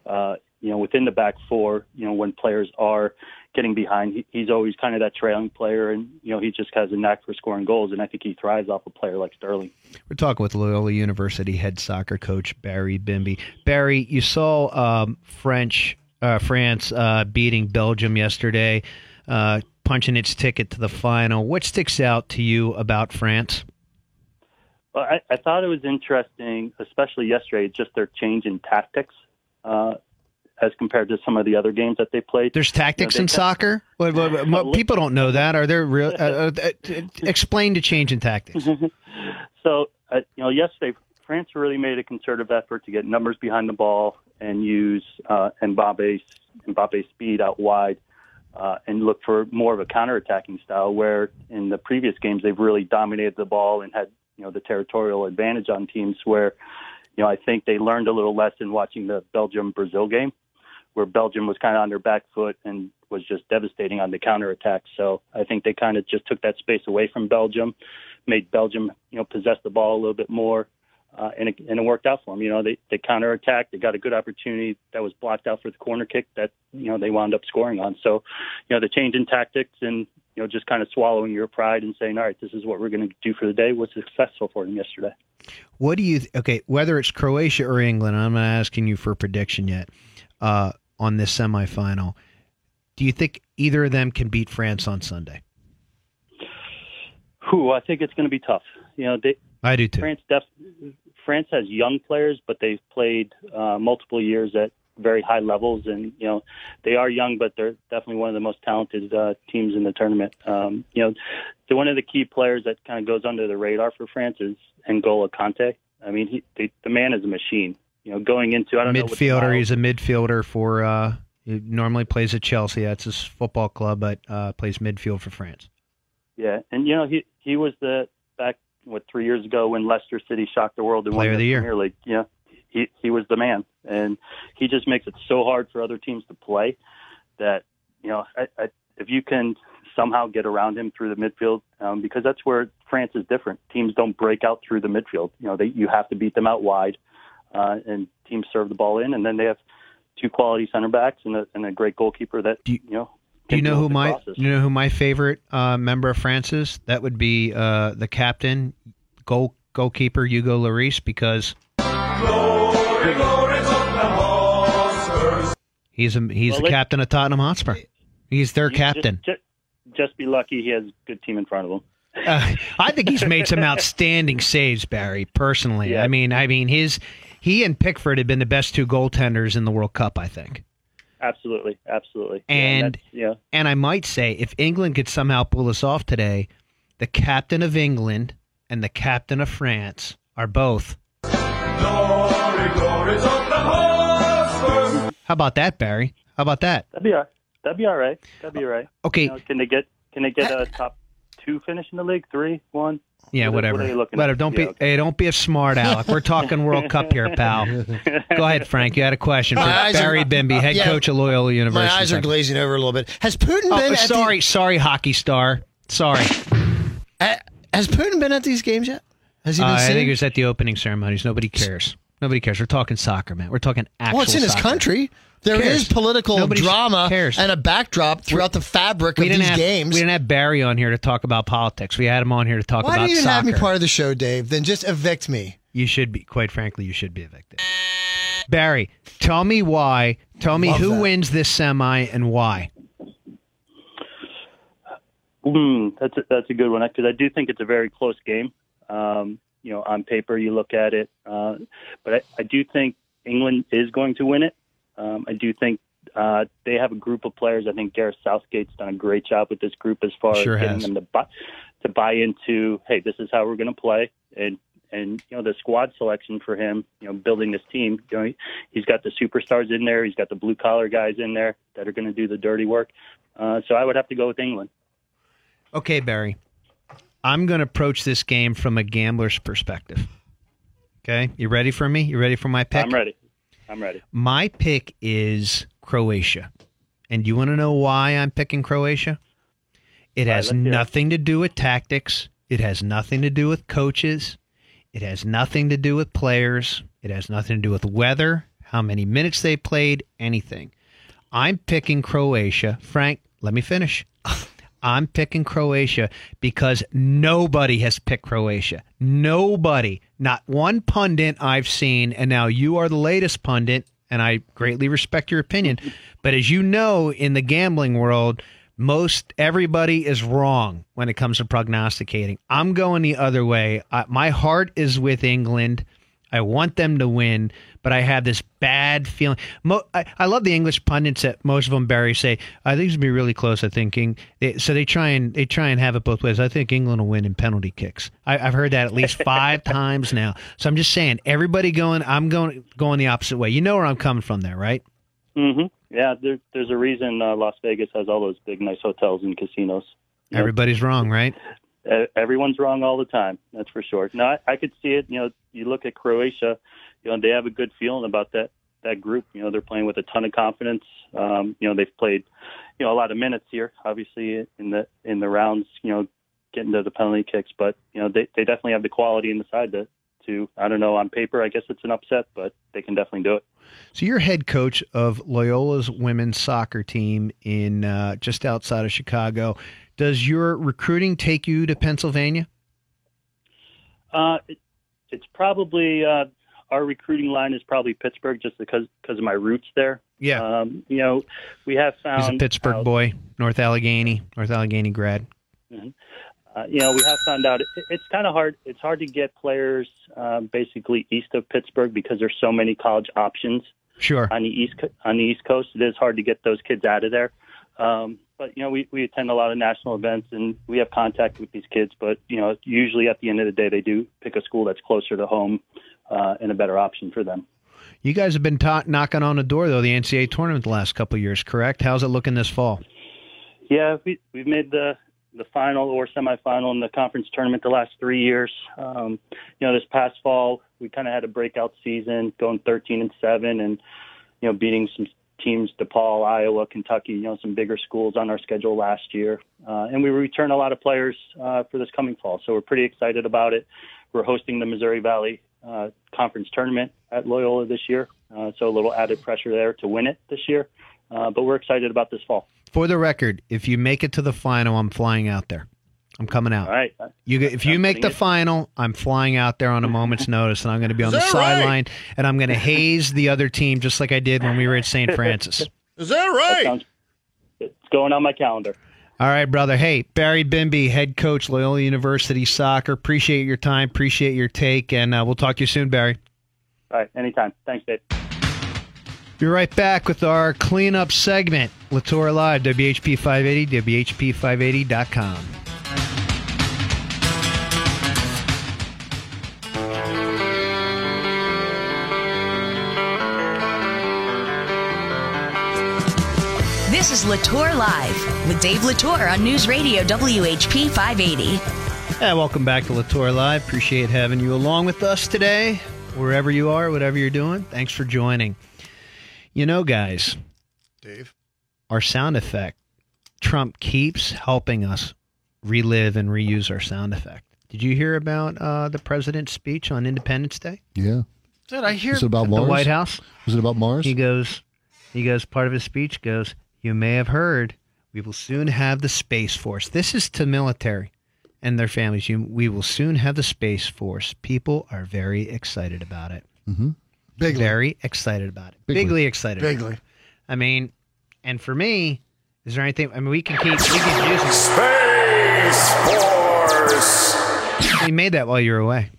[SPEAKER 9] Uh, you know, within the back four, you know, when players are getting behind, he, he's always kind of that trailing player, and you know, he just has a knack for scoring goals, and I think he thrives off a player like Sterling.
[SPEAKER 2] We're talking with Loyola University head soccer coach Barry Bimby. Barry, you saw um, French uh, France uh, beating Belgium yesterday, uh, punching its ticket to the final. What sticks out to you about France?
[SPEAKER 9] Well, I, I thought it was interesting, especially yesterday, just their change in tactics uh, as compared to some of the other games that they played.
[SPEAKER 2] There's tactics
[SPEAKER 9] No, they
[SPEAKER 2] in
[SPEAKER 9] got- Oh,
[SPEAKER 2] soccer. What, what- what- what- people don't know that. Are there real? Uh, uh, uh, explain the change in tactics.
[SPEAKER 9] Mm-hmm. so, uh, you know, yesterday France really made a concerted effort to get numbers behind the ball and use uh, Mbappe's Mbappe's speed out wide uh, and look for more of a counterattacking style. Where in the previous games they've really dominated the ball and had you know the territorial advantage on teams. Where you know I think they learned a little lesson watching the Belgium Brazil game. where Belgium was kind of on their back foot and was just devastating on the counterattack. So I think they kind of just took that space away from Belgium, made Belgium, you know, possess the ball a little bit more, uh, and, it, and it worked out for them. You know, they, they counterattacked. They got a good opportunity that was blocked out for the corner kick that, you know, they wound up scoring on. So, you know, the change in tactics and, you know, just kind of swallowing your pride and saying, all right, this is what we're going to do for the day was successful for them yesterday.
[SPEAKER 2] What do you? th- okay, whether it's Croatia or England, I'm not asking you for a prediction yet uh, on this semifinal. Do you think either of them can beat France on Sunday?
[SPEAKER 9] Who I think it's going to be tough. You know, they,
[SPEAKER 2] I do too.
[SPEAKER 9] France def- France has young players, but they've played uh, multiple years at very high levels, and you know they are young, but they're definitely one of the most talented uh, teams in the tournament. Um, you know, the, one of the key players that kind of goes under the radar for France is N'Golo Conte. I mean, he, the, the man is a machine. You know, going into I don't know what the
[SPEAKER 2] midfielder.
[SPEAKER 9] bio-
[SPEAKER 2] He's a midfielder for. Uh, he normally plays at Chelsea. That's his football club, but uh, plays midfield for France.
[SPEAKER 9] Yeah, and you know he he was the back what three years ago when Leicester City shocked the world and
[SPEAKER 2] Player
[SPEAKER 9] won
[SPEAKER 2] of the year.
[SPEAKER 9] Premier League. Yeah, he he was the man, and he just makes it so hard for other teams to play that you know I, I, if you can somehow get around him through the midfield um, because that's where France is different. Teams don't break out through the midfield. You know they you have to beat them out wide, uh, and teams serve the ball in, and then they have two quality center backs and a, and a great goalkeeper that
[SPEAKER 2] Do you-
[SPEAKER 9] know.
[SPEAKER 2] Do you
[SPEAKER 9] can
[SPEAKER 2] know
[SPEAKER 9] deal
[SPEAKER 2] who
[SPEAKER 9] with the
[SPEAKER 2] my
[SPEAKER 9] crosses.
[SPEAKER 2] do you know who my favorite uh, member of France is? That would be uh, the captain, goal goalkeeper Hugo Lloris, because he's a, he's
[SPEAKER 9] Well,
[SPEAKER 2] the
[SPEAKER 9] let-
[SPEAKER 2] captain of Tottenham Hotspur. He's their
[SPEAKER 9] You
[SPEAKER 2] captain.
[SPEAKER 9] Just, just, just be lucky he has a good team in front of him.
[SPEAKER 2] Uh, I think he's made some outstanding saves, Barry. Personally,
[SPEAKER 9] Yeah.
[SPEAKER 2] I mean, I mean his he and Pickford have been the best two goaltenders in the World Cup, I think.
[SPEAKER 9] Absolutely, absolutely.
[SPEAKER 2] And-
[SPEAKER 9] yeah, that's-
[SPEAKER 2] And I might say, if England could somehow pull this off today, the captain of England and the captain of France are both. How about that, Barry? How about that?
[SPEAKER 9] yeah, that'd be all. That'd be all right. That'd be all right.
[SPEAKER 2] Okay,
[SPEAKER 9] You know, can they get can they get a top two finish in the league? Three, one.
[SPEAKER 2] yeah,
[SPEAKER 9] what
[SPEAKER 2] whatever.
[SPEAKER 9] are- what are you looking at?
[SPEAKER 2] Whatever. Don't be,
[SPEAKER 9] Yeah, okay.
[SPEAKER 2] hey, don't be a smart aleck. We're talking World Cup here, pal. Go ahead, Frank. You had a question for
[SPEAKER 3] My eyes are-
[SPEAKER 2] Barry Bimby, head
[SPEAKER 3] Yeah.
[SPEAKER 2] coach of Loyola
[SPEAKER 3] My
[SPEAKER 2] University.
[SPEAKER 3] eyes are glazing over a little bit. Has Putin
[SPEAKER 2] Oh,
[SPEAKER 3] been? at
[SPEAKER 2] sorry, sorry, hockey star. Sorry,
[SPEAKER 3] the- uh, has Putin been at these games yet? Has he
[SPEAKER 2] Uh,
[SPEAKER 3] been?
[SPEAKER 2] I
[SPEAKER 3] seen?
[SPEAKER 2] think it was at the opening ceremonies. Nobody cares. Nobody cares. We're talking soccer, man. We're talking actual.
[SPEAKER 3] well, it's in his
[SPEAKER 2] soccer.
[SPEAKER 3] country. There
[SPEAKER 2] Cares.
[SPEAKER 3] is political
[SPEAKER 2] Nobody
[SPEAKER 3] drama
[SPEAKER 2] cares.
[SPEAKER 3] and a backdrop throughout the fabric of
[SPEAKER 2] We didn't
[SPEAKER 3] these
[SPEAKER 2] have
[SPEAKER 3] games.
[SPEAKER 2] we didn't have Barry on here to talk about politics. We had him on here to talk
[SPEAKER 3] Why
[SPEAKER 2] about
[SPEAKER 3] do you even
[SPEAKER 2] soccer.
[SPEAKER 3] have me part of the show, Dave? Then just evict me.
[SPEAKER 2] you should be, quite frankly, you should be evicted. Barry, tell me why. Tell me
[SPEAKER 3] Love
[SPEAKER 2] who
[SPEAKER 3] that.
[SPEAKER 2] wins this semi and why.
[SPEAKER 9] Mm, that's a, that's a good one because I do think it's a very close game. Um, you know, on paper you look at it, uh, but I, I do think England is going to win it. Um, I do think uh, they have a group of players. I think Gareth Southgate's done a great job with this group as far
[SPEAKER 3] Sure
[SPEAKER 9] as getting
[SPEAKER 3] has.
[SPEAKER 9] them to buy, to buy into. Hey, this is how we're going to play, and and you know the squad selection for him. You know, building this team. You know, he's got the superstars in there. He's got the blue collar guys in there that are going to do the dirty work. Uh, so I would have to go with England.
[SPEAKER 2] Okay, Barry.
[SPEAKER 3] I'm going to approach this game from a gambler's perspective.
[SPEAKER 2] Okay, you ready for me? You ready for my pick?
[SPEAKER 9] I'm ready. I'm ready.
[SPEAKER 2] My pick is Croatia. And you want to know why I'm picking Croatia? It has
[SPEAKER 9] let's hear it.
[SPEAKER 2] nothing to do with tactics. It has nothing to do with coaches. It has nothing to do with players. It has nothing to do with weather, how many minutes they played, anything. I'm picking Croatia. Frank, let me finish. I'm picking Croatia because nobody has picked Croatia. Nobody, not one pundit I've seen. And now you are the latest pundit, and I greatly respect your opinion. But as you know, in the gambling world, most everybody is wrong when it comes to prognosticating. I'm going the other way. I, my heart is with England. I want them to win, but I have this bad feeling. Mo- I, I love the English pundits that most of them Barry say. I think it's gonna be really close. I think Eng-" they, so. They try and they try and have it both ways. I think England will win in penalty kicks. I, I've heard that at least five times now. So I'm just saying, everybody going. I'm going going the opposite way. You know where I'm coming from there, right?
[SPEAKER 9] hmm Yeah, there, there's a reason uh, Las Vegas has all those big, nice hotels and casinos. Yep.
[SPEAKER 2] Everybody's wrong, right?
[SPEAKER 9] E- Everyone's wrong all the time. That's for sure. No, I, I could see it. You know, you look at Croatia. You know, they have a good feeling about that that group. You know, they're playing with a ton of confidence. Um, you know, they've played, you know, a lot of minutes here, obviously in the in the rounds. You know, getting to the penalty kicks, but you know, they they definitely have the quality in the side to to. I don't know on paper. I guess it's an upset, but they can definitely do it.
[SPEAKER 2] So you're head coach of Loyola's women's soccer team in uh, just outside of Chicago. Does your recruiting take you to Pennsylvania?
[SPEAKER 9] Uh, it, it's probably uh, our recruiting line is probably Pittsburgh, just because because of my roots there.
[SPEAKER 2] Yeah.
[SPEAKER 9] Um, you know, we have found uh,
[SPEAKER 2] He's a Pittsburgh
[SPEAKER 9] out-
[SPEAKER 2] boy, North Allegheny, North Allegheny grad.
[SPEAKER 9] Uh, you know, we have found out it, it's kind of hard. It's hard to get players uh, basically east of Pittsburgh because there's so many college options
[SPEAKER 2] Sure.
[SPEAKER 9] on the east Co- on the East Coast. It is hard to get those kids out of there. Um, but you know, we, we attend a lot of national events and we have contact with these kids. But you know, usually at the end of the day, they do pick a school that's closer to home uh, and a better option for them.
[SPEAKER 2] You guys have been ta- knocking on the door though the NCAA tournament the last couple of years, correct? How's it looking this fall?
[SPEAKER 9] Yeah, we we've made the the final or semifinal in the conference tournament the last three years. Um, you know, this past fall we kind of had a breakout season, going 13 and seven, and you know beating some teams, DePaul, Iowa, Kentucky. You know, some bigger schools on our schedule last year, uh, and we return a lot of players uh, for this coming fall. So we're pretty excited about it. We're hosting the Missouri Valley uh, Conference tournament at Loyola this year, uh, so a little added pressure there to win it this year. Uh, but we're excited about this fall.
[SPEAKER 2] For the record, if you make it to the final, I'm flying out there. I'm coming out.
[SPEAKER 9] All right.
[SPEAKER 2] You get, if you
[SPEAKER 9] I'm
[SPEAKER 2] make the
[SPEAKER 9] putting it-
[SPEAKER 2] final, I'm flying out there on a moment's notice, and I'm going to be on the
[SPEAKER 10] that right?
[SPEAKER 2] sideline, and I'm going to haze the other team just like I did when we were at St. Francis.
[SPEAKER 10] Is that right?
[SPEAKER 9] Sounds- It's going on my calendar.
[SPEAKER 2] All right, brother. Hey, Barry Bimby, head coach Loyola University soccer. Appreciate your time. Appreciate your take, and uh, we'll talk to you soon, Barry.
[SPEAKER 9] All right. Anytime. Thanks, Dave.
[SPEAKER 2] Be right back with our cleanup segment. Latour Live, WHP 580, WHP580.com.
[SPEAKER 1] This is Latour Live with Dave Latour on News Radio WHP 580.
[SPEAKER 2] Hey, welcome back to Latour Live. Appreciate having you along with us today, wherever you are, whatever you're doing. Thanks for joining. You know, guys,
[SPEAKER 4] Dave.
[SPEAKER 2] our sound effect, Trump keeps helping us relive and reuse our sound effect. Did you hear about uh, the president's speech on Independence Day
[SPEAKER 4] Yeah.
[SPEAKER 10] Did I hear?
[SPEAKER 4] Is it about
[SPEAKER 2] at
[SPEAKER 4] Mars?
[SPEAKER 2] the White House?
[SPEAKER 4] Is it about Mars?
[SPEAKER 2] He goes, he goes. Part of his speech goes, "You may have heard, we will soon have the space force. This is to military and their families. You, we will soon have the space force. People are very excited about it.
[SPEAKER 11] Bigly.
[SPEAKER 2] Very excited about it.
[SPEAKER 4] Bigly.
[SPEAKER 2] Bigly, excited. about it.
[SPEAKER 11] Bigly.
[SPEAKER 2] I mean, and for me, is there anything? I mean, we can keep. We can use it.
[SPEAKER 10] Space
[SPEAKER 12] Sports.
[SPEAKER 2] We made that while you were away.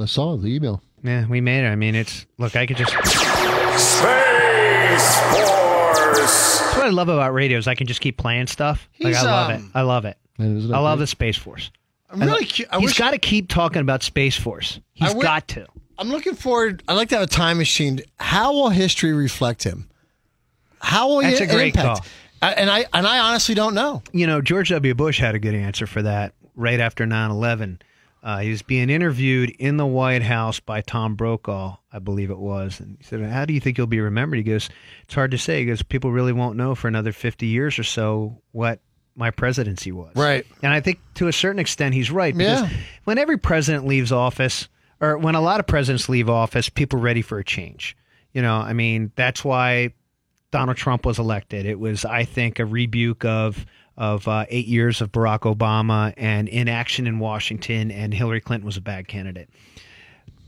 [SPEAKER 4] I saw the email.
[SPEAKER 2] Yeah, we made it. I mean, it's look. I could just. That's
[SPEAKER 12] Space Force.
[SPEAKER 2] what I love about radio is I can just keep playing stuff. Like I
[SPEAKER 3] He's,
[SPEAKER 2] love
[SPEAKER 3] um,
[SPEAKER 2] it. I love it.
[SPEAKER 4] And isn't that
[SPEAKER 2] I love
[SPEAKER 4] great?
[SPEAKER 2] the Space Force.
[SPEAKER 3] I'm really. Cu- I
[SPEAKER 2] He's
[SPEAKER 3] wish.
[SPEAKER 2] got to keep talking about Space Force. He's
[SPEAKER 3] wi-
[SPEAKER 2] got to.
[SPEAKER 3] I'm looking forward. I'd like to have a time machine. How will history reflect him? How will
[SPEAKER 2] That's
[SPEAKER 3] he
[SPEAKER 2] a great
[SPEAKER 3] impact?
[SPEAKER 2] call.
[SPEAKER 3] I, and I and I honestly don't know.
[SPEAKER 2] you know, George W. Bush had a good answer for that right after 9 11. Uh, he was being interviewed in the White House by Tom Brokaw, I believe it was. And he said, How do you think you'll be remembered? He goes, It's hard to say. He goes, People really won't know for another 50 years or so what my presidency was.
[SPEAKER 3] Right.
[SPEAKER 2] And I think to a certain extent, he's right. Because
[SPEAKER 3] Yeah.
[SPEAKER 2] when every president leaves office, or when a lot of presidents leave office, people are ready for a change. You know, I mean, that's why Donald Trump was elected. It was, I think, a rebuke of of uh, eight years of Barack Obama and inaction in Washington, and Hillary Clinton was a bad candidate.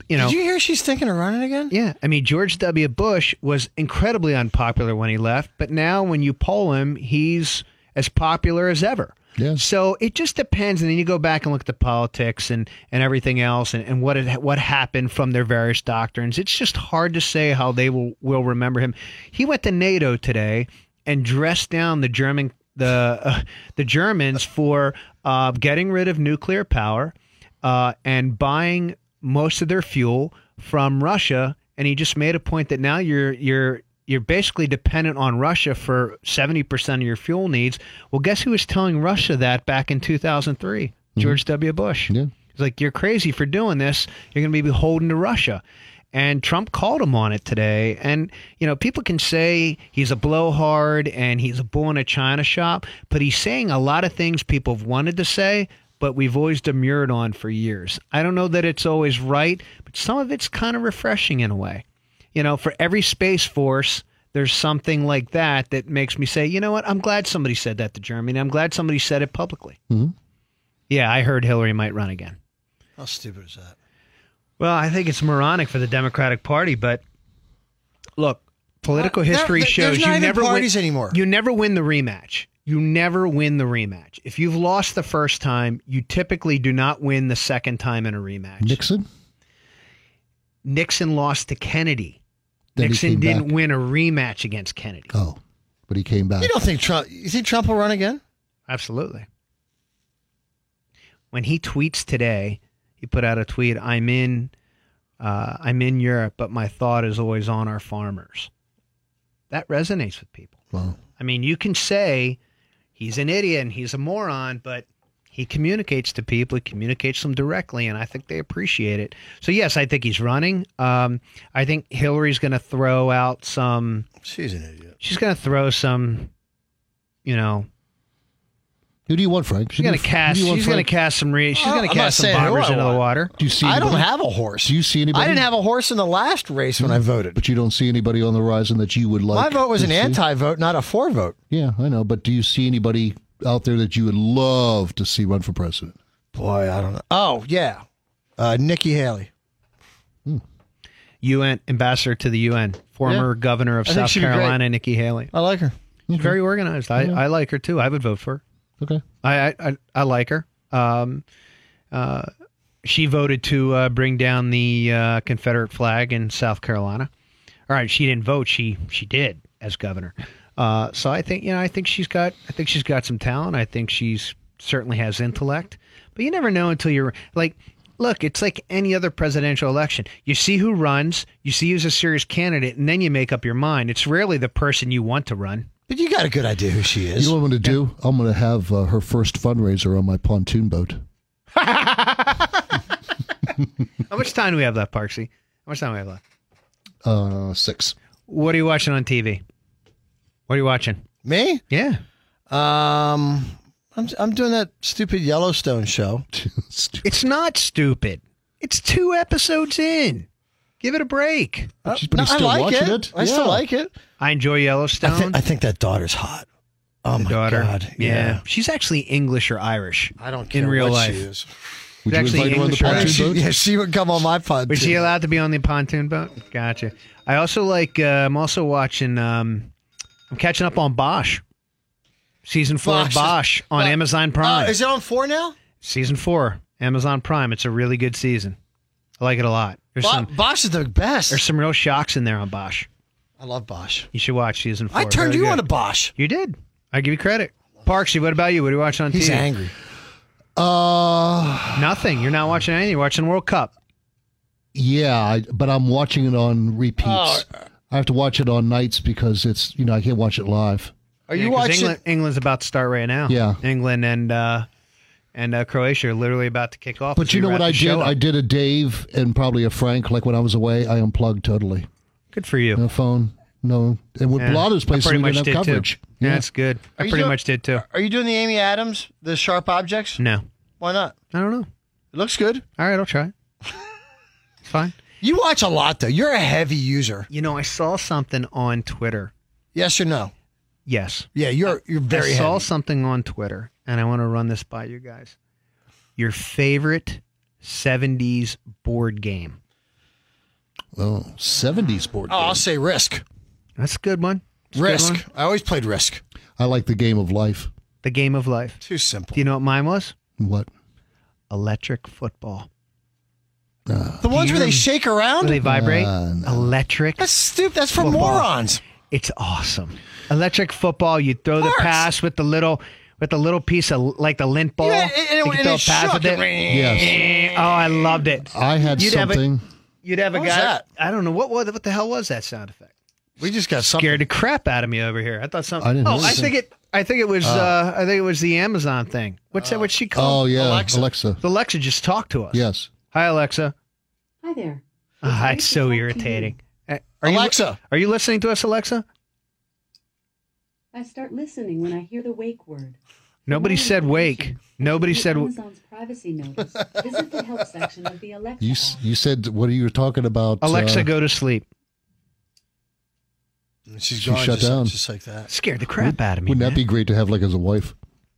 [SPEAKER 2] You know,
[SPEAKER 3] Did you hear she's thinking of running again?
[SPEAKER 2] yeah. I mean, George W. Bush was incredibly unpopular when he left, but now when you poll him, he's as popular as ever.
[SPEAKER 4] Yeah.
[SPEAKER 2] So it just depends, and then you go back and look at the politics and, and everything else, and, and what it, what happened from their various doctrines. It's just hard to say how they will, will remember him. He went to NATO today and dressed down the German the uh, the Germans for uh, getting rid of nuclear power uh, and buying most of their fuel from Russia. And he just made a point that now you're you're you're basically dependent on Russia for seventy percent of your fuel needs. Well, guess who was telling Russia that back in two thousand three? George W. Bush.
[SPEAKER 4] Yeah.
[SPEAKER 2] He's like, you're crazy for doing this. You're going to be beholden to Russia. And Trump called him on it today. And, you know, people can say he's a blowhard and he's a bull in a china shop, but he's saying a lot of things people have wanted to say, but we've always demurred on for years. I don't know that it's always right, but some of it's kind of refreshing in a way. You know, for every Space Force, there's something like that that makes me say, you know what? I'm glad somebody said that to Germany. I'm glad somebody said it publicly. Yeah, I heard Hillary might run again.
[SPEAKER 3] How stupid is that?
[SPEAKER 2] Well, I think it's moronic for the Democratic Party, but look, political
[SPEAKER 3] Uh, there-
[SPEAKER 2] history
[SPEAKER 3] there-
[SPEAKER 2] shows
[SPEAKER 3] there's not
[SPEAKER 2] you
[SPEAKER 3] even
[SPEAKER 2] never
[SPEAKER 3] parties
[SPEAKER 2] win,
[SPEAKER 3] anymore.
[SPEAKER 2] You never win the rematch. You never win the rematch. If you've lost the first time, you typically do not win the second time in a rematch.
[SPEAKER 4] Nixon.
[SPEAKER 2] Nixon lost to Kennedy.
[SPEAKER 4] Then he
[SPEAKER 2] Nixon
[SPEAKER 4] came
[SPEAKER 2] didn't
[SPEAKER 4] back.
[SPEAKER 2] win a rematch against Kennedy.
[SPEAKER 4] Oh, but he came back.
[SPEAKER 3] You don't think Trump? You think Trump will run again?
[SPEAKER 2] Absolutely. When he tweets today, he put out a tweet. I'm in, uh, I'm in Europe, but my thought is always on our farmers. That resonates with people.
[SPEAKER 4] Wow.
[SPEAKER 2] I mean, you can say he's an idiot and he's a moron, but he communicates to people. He communicates them directly, and I think they appreciate it. So yes, I think he's running. Um, I think Hillary's going to throw out some
[SPEAKER 3] She's an idiot.
[SPEAKER 2] she's going to throw some, you know,
[SPEAKER 4] Who do you want, Frank?
[SPEAKER 2] she's going to cast. She's going to cast some. Re- she's
[SPEAKER 3] Oh,
[SPEAKER 2] going
[SPEAKER 3] I'm
[SPEAKER 2] to
[SPEAKER 3] not
[SPEAKER 2] cast some
[SPEAKER 3] saying who
[SPEAKER 2] bombers
[SPEAKER 3] I
[SPEAKER 2] into the
[SPEAKER 3] want.
[SPEAKER 2] water.
[SPEAKER 4] Do you see?
[SPEAKER 3] I don't
[SPEAKER 4] anybody?
[SPEAKER 3] have a horse.
[SPEAKER 4] Do you see anybody?
[SPEAKER 3] I didn't have a horse in the last race when I voted.
[SPEAKER 4] But you don't see anybody on the horizon that you would like.
[SPEAKER 3] My vote was
[SPEAKER 4] to
[SPEAKER 3] an
[SPEAKER 4] see?
[SPEAKER 3] anti-vote, not a for vote.
[SPEAKER 4] Yeah, I know. But do you see anybody out there that you would love to see run for president?
[SPEAKER 3] Boy, I don't know. Oh yeah, uh, Nikki Haley.
[SPEAKER 2] UN ambassador to the UN, former governor of
[SPEAKER 3] I think
[SPEAKER 2] South
[SPEAKER 3] she'd be great.
[SPEAKER 2] Carolina, Nikki Haley.
[SPEAKER 3] I like her.
[SPEAKER 2] She's very organized. I, I like her too. I would vote for her.
[SPEAKER 4] Okay.
[SPEAKER 2] I I, I, I like her. Um, uh, she voted to uh, bring down the uh, Confederate flag in South Carolina. All right, she didn't vote. She she did as governor. Uh, so I think you know I think she's got I think she's got some talent. I think she's certainly has intellect. But you never know until you're like. Look, it's like any other presidential election. You see who runs, you see who's a serious candidate, and then you make up your mind. It's rarely the person you want to run.
[SPEAKER 3] But you got a good idea who she is.
[SPEAKER 4] You know what I'm going to do? I'm going to have uh, her first fundraiser on my pontoon boat.
[SPEAKER 2] How much time do we have left, Parksy? How much time do we have left?
[SPEAKER 4] Uh, six.
[SPEAKER 2] What are you watching on TV? What are you watching?
[SPEAKER 3] Me?
[SPEAKER 2] Yeah.
[SPEAKER 3] Um, I'm I'm doing that stupid Yellowstone show.
[SPEAKER 2] It's not stupid. It's two episodes in. Give it a break.
[SPEAKER 4] But you-
[SPEAKER 3] Uh, No,
[SPEAKER 4] but he's
[SPEAKER 3] I
[SPEAKER 4] still
[SPEAKER 3] like
[SPEAKER 4] watching
[SPEAKER 3] it.
[SPEAKER 4] it.
[SPEAKER 3] I still
[SPEAKER 4] Yeah.
[SPEAKER 3] like it. Um,
[SPEAKER 2] I enjoy Yellowstone.
[SPEAKER 3] I, thi- I think that daughter's hot. Oh my
[SPEAKER 2] daughter.
[SPEAKER 3] god.
[SPEAKER 2] yeah. She's actually English or Irish.
[SPEAKER 3] I don't care
[SPEAKER 2] In real
[SPEAKER 3] what
[SPEAKER 2] life.
[SPEAKER 3] she is.
[SPEAKER 4] Would you
[SPEAKER 2] actually
[SPEAKER 4] invite her on the
[SPEAKER 2] English, right?
[SPEAKER 4] pontoon
[SPEAKER 3] She,
[SPEAKER 4] boat?
[SPEAKER 3] yeah, she would come on my pod.
[SPEAKER 2] Was she allowed to be on the pontoon boat? Gotcha. I also like, uh, I'm also watching, um, I'm catching up on Bosch. Season four
[SPEAKER 3] Bosch.
[SPEAKER 2] of Bosch on
[SPEAKER 3] Uh,
[SPEAKER 2] Amazon Prime.
[SPEAKER 3] Uh, is it on four now?
[SPEAKER 2] season four, Amazon Prime. It's a really good season. I like it a lot. There's
[SPEAKER 3] Bo-
[SPEAKER 2] some
[SPEAKER 3] Bosch is the best.
[SPEAKER 2] there's some real shocks in there on Bosch.
[SPEAKER 3] I love Bosch.
[SPEAKER 2] You should watch season four.
[SPEAKER 3] I turned
[SPEAKER 2] Very
[SPEAKER 3] you
[SPEAKER 2] good.
[SPEAKER 3] on to Bosch.
[SPEAKER 2] You did. I give you credit. Parksy, what about you? What are you watching on
[SPEAKER 3] He's
[SPEAKER 2] TV?
[SPEAKER 3] angry.
[SPEAKER 4] Uh,
[SPEAKER 2] Nothing. You're not watching anything. You're watching World Cup.
[SPEAKER 4] yeah, I, but I'm watching it on repeats.
[SPEAKER 2] Oh.
[SPEAKER 4] I have to watch it on nights because it's you know I can't watch it live.
[SPEAKER 3] Are
[SPEAKER 2] Yeah,
[SPEAKER 3] you
[SPEAKER 2] 'cause
[SPEAKER 3] watching?
[SPEAKER 2] England, England's about to start right now.
[SPEAKER 4] Yeah.
[SPEAKER 2] England and uh, and uh, Croatia are literally about to kick off.
[SPEAKER 4] But
[SPEAKER 2] as
[SPEAKER 4] you
[SPEAKER 2] we
[SPEAKER 4] know what
[SPEAKER 2] wrap
[SPEAKER 4] I
[SPEAKER 2] the
[SPEAKER 4] did?
[SPEAKER 2] show up.
[SPEAKER 4] I did a Dave and probably a Frank. Like when I was away, I unplugged totally.
[SPEAKER 2] Good for you.
[SPEAKER 4] No phone, no. And with
[SPEAKER 2] Yeah.
[SPEAKER 4] a lot of those
[SPEAKER 2] I
[SPEAKER 4] places,
[SPEAKER 2] pretty
[SPEAKER 4] we
[SPEAKER 2] much
[SPEAKER 4] didn't have
[SPEAKER 2] did, too.
[SPEAKER 4] coverage.
[SPEAKER 2] Yeah, that's good. I
[SPEAKER 3] Are you
[SPEAKER 2] pretty
[SPEAKER 3] doing-
[SPEAKER 2] much did too.
[SPEAKER 3] Are you doing the Amy Adams, the sharp objects?
[SPEAKER 2] No,
[SPEAKER 3] Why not?
[SPEAKER 2] I don't know.
[SPEAKER 3] It looks good.
[SPEAKER 2] All right, I'll try. It's fine.
[SPEAKER 3] You watch a lot though. You're a heavy user.
[SPEAKER 2] You know, I saw something on Twitter.
[SPEAKER 3] Yes or no?
[SPEAKER 2] Yes,
[SPEAKER 3] Yeah, you're you're very
[SPEAKER 2] I saw
[SPEAKER 3] heavy.
[SPEAKER 2] something on Twitter, and I want to run this by you guys. Your favorite '70s board game.
[SPEAKER 4] Oh, 70s board.
[SPEAKER 3] Oh, I'll
[SPEAKER 4] game.
[SPEAKER 3] say Risk.
[SPEAKER 2] That's a good one. It's a good
[SPEAKER 3] Risk.
[SPEAKER 2] one.
[SPEAKER 3] I always played Risk.
[SPEAKER 4] I like the game of life.
[SPEAKER 2] The game of life.
[SPEAKER 3] Too simple.
[SPEAKER 2] Do you know what mine was?
[SPEAKER 4] What?
[SPEAKER 2] Electric football.
[SPEAKER 3] the ones
[SPEAKER 2] do you
[SPEAKER 3] where they
[SPEAKER 2] rem-
[SPEAKER 3] shake around.
[SPEAKER 2] Do they vibrate?
[SPEAKER 4] Uh, no.
[SPEAKER 2] Electric.
[SPEAKER 3] that's stupid. That's for
[SPEAKER 2] Football.
[SPEAKER 3] morons.
[SPEAKER 2] It's awesome. Electric football. You throw the
[SPEAKER 3] Farts.
[SPEAKER 2] pass with the little with the little piece of like the lint ball.
[SPEAKER 3] Yeah, and,
[SPEAKER 2] You
[SPEAKER 3] and,
[SPEAKER 2] can
[SPEAKER 3] and
[SPEAKER 2] throw
[SPEAKER 3] it
[SPEAKER 2] a pass
[SPEAKER 3] shook.
[SPEAKER 2] with it.
[SPEAKER 4] Yes,
[SPEAKER 2] Eh, Oh, I loved it.
[SPEAKER 4] I had
[SPEAKER 2] You'd have a-
[SPEAKER 4] something.
[SPEAKER 2] You'd have a
[SPEAKER 3] What was
[SPEAKER 2] guy.
[SPEAKER 3] that?
[SPEAKER 2] I don't know what was what the hell was that sound effect.
[SPEAKER 3] We just got something.
[SPEAKER 2] Scared the crap out of me over here. I thought something.
[SPEAKER 4] I didn't
[SPEAKER 2] oh,
[SPEAKER 4] know
[SPEAKER 2] I
[SPEAKER 4] that.
[SPEAKER 2] think it. I think it was. Uh, I think it was the Amazon thing. What's that? What's she
[SPEAKER 4] Oh
[SPEAKER 2] called?
[SPEAKER 4] yeah,
[SPEAKER 3] Alexa.
[SPEAKER 4] Alexa.
[SPEAKER 2] The Alexa just talked to us.
[SPEAKER 4] Yes.
[SPEAKER 2] Hi, Alexa.
[SPEAKER 13] Hi there.
[SPEAKER 2] Ah, it's so irritating. Uh, Are you-
[SPEAKER 3] Alexa.
[SPEAKER 2] are you listening to us, Alexa?
[SPEAKER 13] I start listening when I hear the wake word.
[SPEAKER 2] Nobody said wake. Nobody
[SPEAKER 13] In
[SPEAKER 2] said.
[SPEAKER 13] Amazon's privacy notice. Visit the help section of the Alexa.
[SPEAKER 4] You
[SPEAKER 13] app.
[SPEAKER 4] s- you said what you were talking about?
[SPEAKER 2] Alexa,
[SPEAKER 4] uh,
[SPEAKER 2] go to sleep.
[SPEAKER 3] She's
[SPEAKER 4] She
[SPEAKER 3] gone
[SPEAKER 4] shut
[SPEAKER 3] just,
[SPEAKER 4] down.
[SPEAKER 3] just like that.
[SPEAKER 2] Scared the crap out of me.
[SPEAKER 4] Wouldn't that
[SPEAKER 2] man.
[SPEAKER 4] be great to have like as a wife?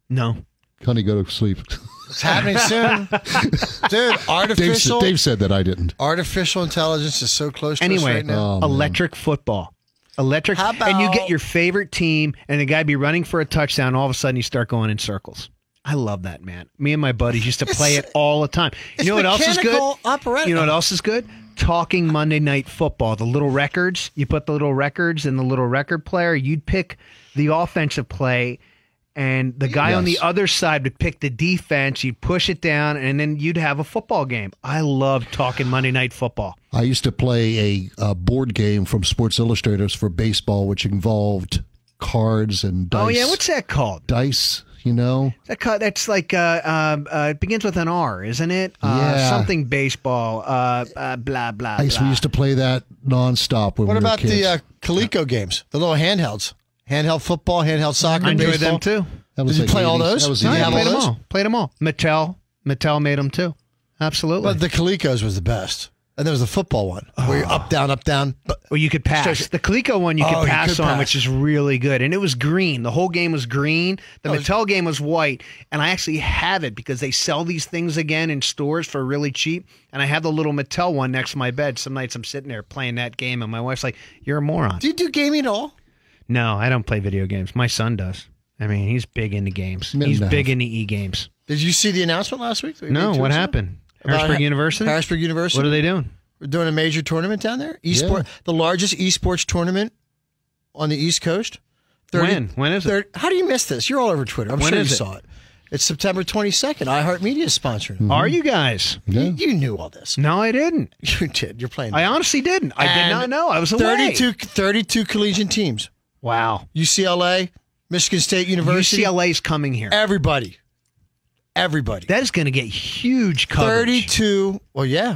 [SPEAKER 2] No.
[SPEAKER 4] Honey, go to sleep.
[SPEAKER 3] It's happening soon, dude.
[SPEAKER 4] Dave,
[SPEAKER 3] Artificial
[SPEAKER 4] said, Dave said that I didn't.
[SPEAKER 3] artificial intelligence is so close to us
[SPEAKER 2] Anyway,
[SPEAKER 3] right now.
[SPEAKER 4] Oh, man.
[SPEAKER 2] electric football. Electric.
[SPEAKER 3] How
[SPEAKER 2] and you
[SPEAKER 3] about-
[SPEAKER 2] get your favorite team, and the guy be running for a touchdown. All of a sudden, you start going in circles. I love that, man. Me and my buddies used to play it all the time. You
[SPEAKER 3] it's
[SPEAKER 2] know what else is good?
[SPEAKER 3] mechanical operetta.
[SPEAKER 2] You know what else is good? Talking Monday Night Football. The little records. You put the little records in the little record player. You'd pick the offensive play, and the guy on the
[SPEAKER 4] Yes.
[SPEAKER 2] other side would pick the defense. You'd push it down, and then you'd have a football game. I love talking Monday Night Football.
[SPEAKER 4] I used to play a, uh board game from Sports Illustrators for baseball, which involved cards and dice.
[SPEAKER 2] Oh yeah, what's that called?
[SPEAKER 4] dice? You know,
[SPEAKER 2] That cut. That's like uh, um, uh, it begins with an R, isn't it? Uh,
[SPEAKER 4] Yeah.
[SPEAKER 2] Something baseball. Uh, uh, blah blah.
[SPEAKER 4] I guess we
[SPEAKER 2] blah.
[SPEAKER 4] used to play that nonstop when
[SPEAKER 3] What
[SPEAKER 4] we were
[SPEAKER 3] about
[SPEAKER 4] kids.
[SPEAKER 3] the uh, Coleco games? The little handhelds, handheld football, handheld soccer.
[SPEAKER 2] I enjoy
[SPEAKER 3] baseball?
[SPEAKER 2] them too.
[SPEAKER 4] That
[SPEAKER 3] Did you play all those?
[SPEAKER 4] That was
[SPEAKER 3] No,
[SPEAKER 4] the
[SPEAKER 3] I
[SPEAKER 2] I
[SPEAKER 3] have
[SPEAKER 2] played them
[SPEAKER 3] all those?
[SPEAKER 2] all. Played them all. Mattel. Mattel made them too. Absolutely.
[SPEAKER 3] But the Colecos was the best, and there was the football one where
[SPEAKER 2] Ah.
[SPEAKER 3] you're up, down, up, down. But
[SPEAKER 2] well, you could pass. The Coleco one you
[SPEAKER 3] Oh,
[SPEAKER 2] could
[SPEAKER 3] you
[SPEAKER 2] pass
[SPEAKER 3] could
[SPEAKER 2] on,
[SPEAKER 3] pass.
[SPEAKER 2] which is really good. And it was green. The whole game was green.
[SPEAKER 3] Oh,
[SPEAKER 2] The Mattel game was white. And I actually have it because they sell these things again in stores for really cheap. And I have the little Mattel one next to my bed. Some nights I'm sitting there playing that game, and my wife's like, You're a moron.
[SPEAKER 3] do you do gaming at all?
[SPEAKER 2] No, I don't play video games. My son does. I mean, he's big into games.
[SPEAKER 4] No,
[SPEAKER 2] He's
[SPEAKER 4] no.
[SPEAKER 2] big into e games.
[SPEAKER 3] Did you see the announcement last week? that we
[SPEAKER 2] No,
[SPEAKER 3] made two
[SPEAKER 2] what
[SPEAKER 3] weeks ago?
[SPEAKER 2] happened?
[SPEAKER 3] About
[SPEAKER 2] Harrisburg
[SPEAKER 3] Ha-
[SPEAKER 2] University.
[SPEAKER 3] Harrisburg University.
[SPEAKER 2] What are they doing?
[SPEAKER 3] We're doing a major tournament down there. Esport, the largest esports tournament on the East Coast.
[SPEAKER 2] When? When is it?
[SPEAKER 3] thir- How do you miss this? You're all over Twitter. I'm
[SPEAKER 2] When
[SPEAKER 3] sure you
[SPEAKER 2] is it?
[SPEAKER 3] saw it. It's September 22nd. iHeartMedia is sponsoring. it.
[SPEAKER 2] Are you guys?
[SPEAKER 4] Yeah.
[SPEAKER 3] You knew all this.
[SPEAKER 2] No, I didn't.
[SPEAKER 3] You did. You're playing.
[SPEAKER 2] I honestly didn't. I did
[SPEAKER 3] And
[SPEAKER 2] not know. I was away.
[SPEAKER 3] 32, 32 collegiate teams.
[SPEAKER 2] Wow.
[SPEAKER 3] UCLA, Michigan State University.
[SPEAKER 2] UCLA's coming here.
[SPEAKER 3] Everybody. Everybody.
[SPEAKER 2] That is going to get huge coverage.
[SPEAKER 3] 32. Well, yeah.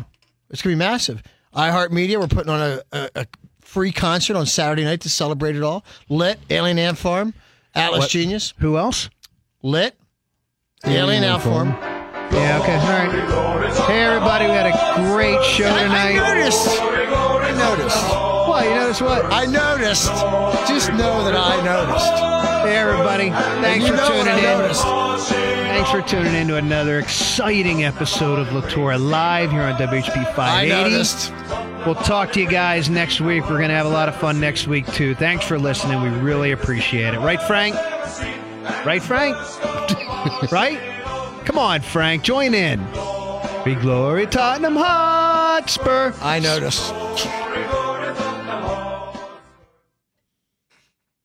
[SPEAKER 3] It's going to be massive. iHeartMedia, we're putting on a, a, a free concert on Saturday night to celebrate it all. Lit, Alien Ant Farm, Atlas Genius,
[SPEAKER 2] Who else?
[SPEAKER 3] Lit, Alien Ant Farm.
[SPEAKER 2] Yeah. Okay. All right. Hey, everybody. We had a great show
[SPEAKER 3] I, I
[SPEAKER 2] tonight.
[SPEAKER 3] noticed. I noticed.
[SPEAKER 2] Well, you notice what?
[SPEAKER 3] I noticed. Just know that I noticed.
[SPEAKER 2] Hey, everybody. Thanks
[SPEAKER 3] you
[SPEAKER 2] for
[SPEAKER 3] know what
[SPEAKER 2] tuning
[SPEAKER 3] I
[SPEAKER 2] in.
[SPEAKER 3] noticed.
[SPEAKER 2] Thanks for tuning in to another exciting episode of Latour Live here on WHP
[SPEAKER 3] I
[SPEAKER 2] 580.
[SPEAKER 3] noticed.
[SPEAKER 2] We'll talk to you guys next week. We're going to have a lot of fun next week, too. Thanks for listening. We really appreciate it. Right, Frank? Right, Frank? right? Come on, Frank, join in. Be glory Tottenham Hotspur.
[SPEAKER 3] I noticed.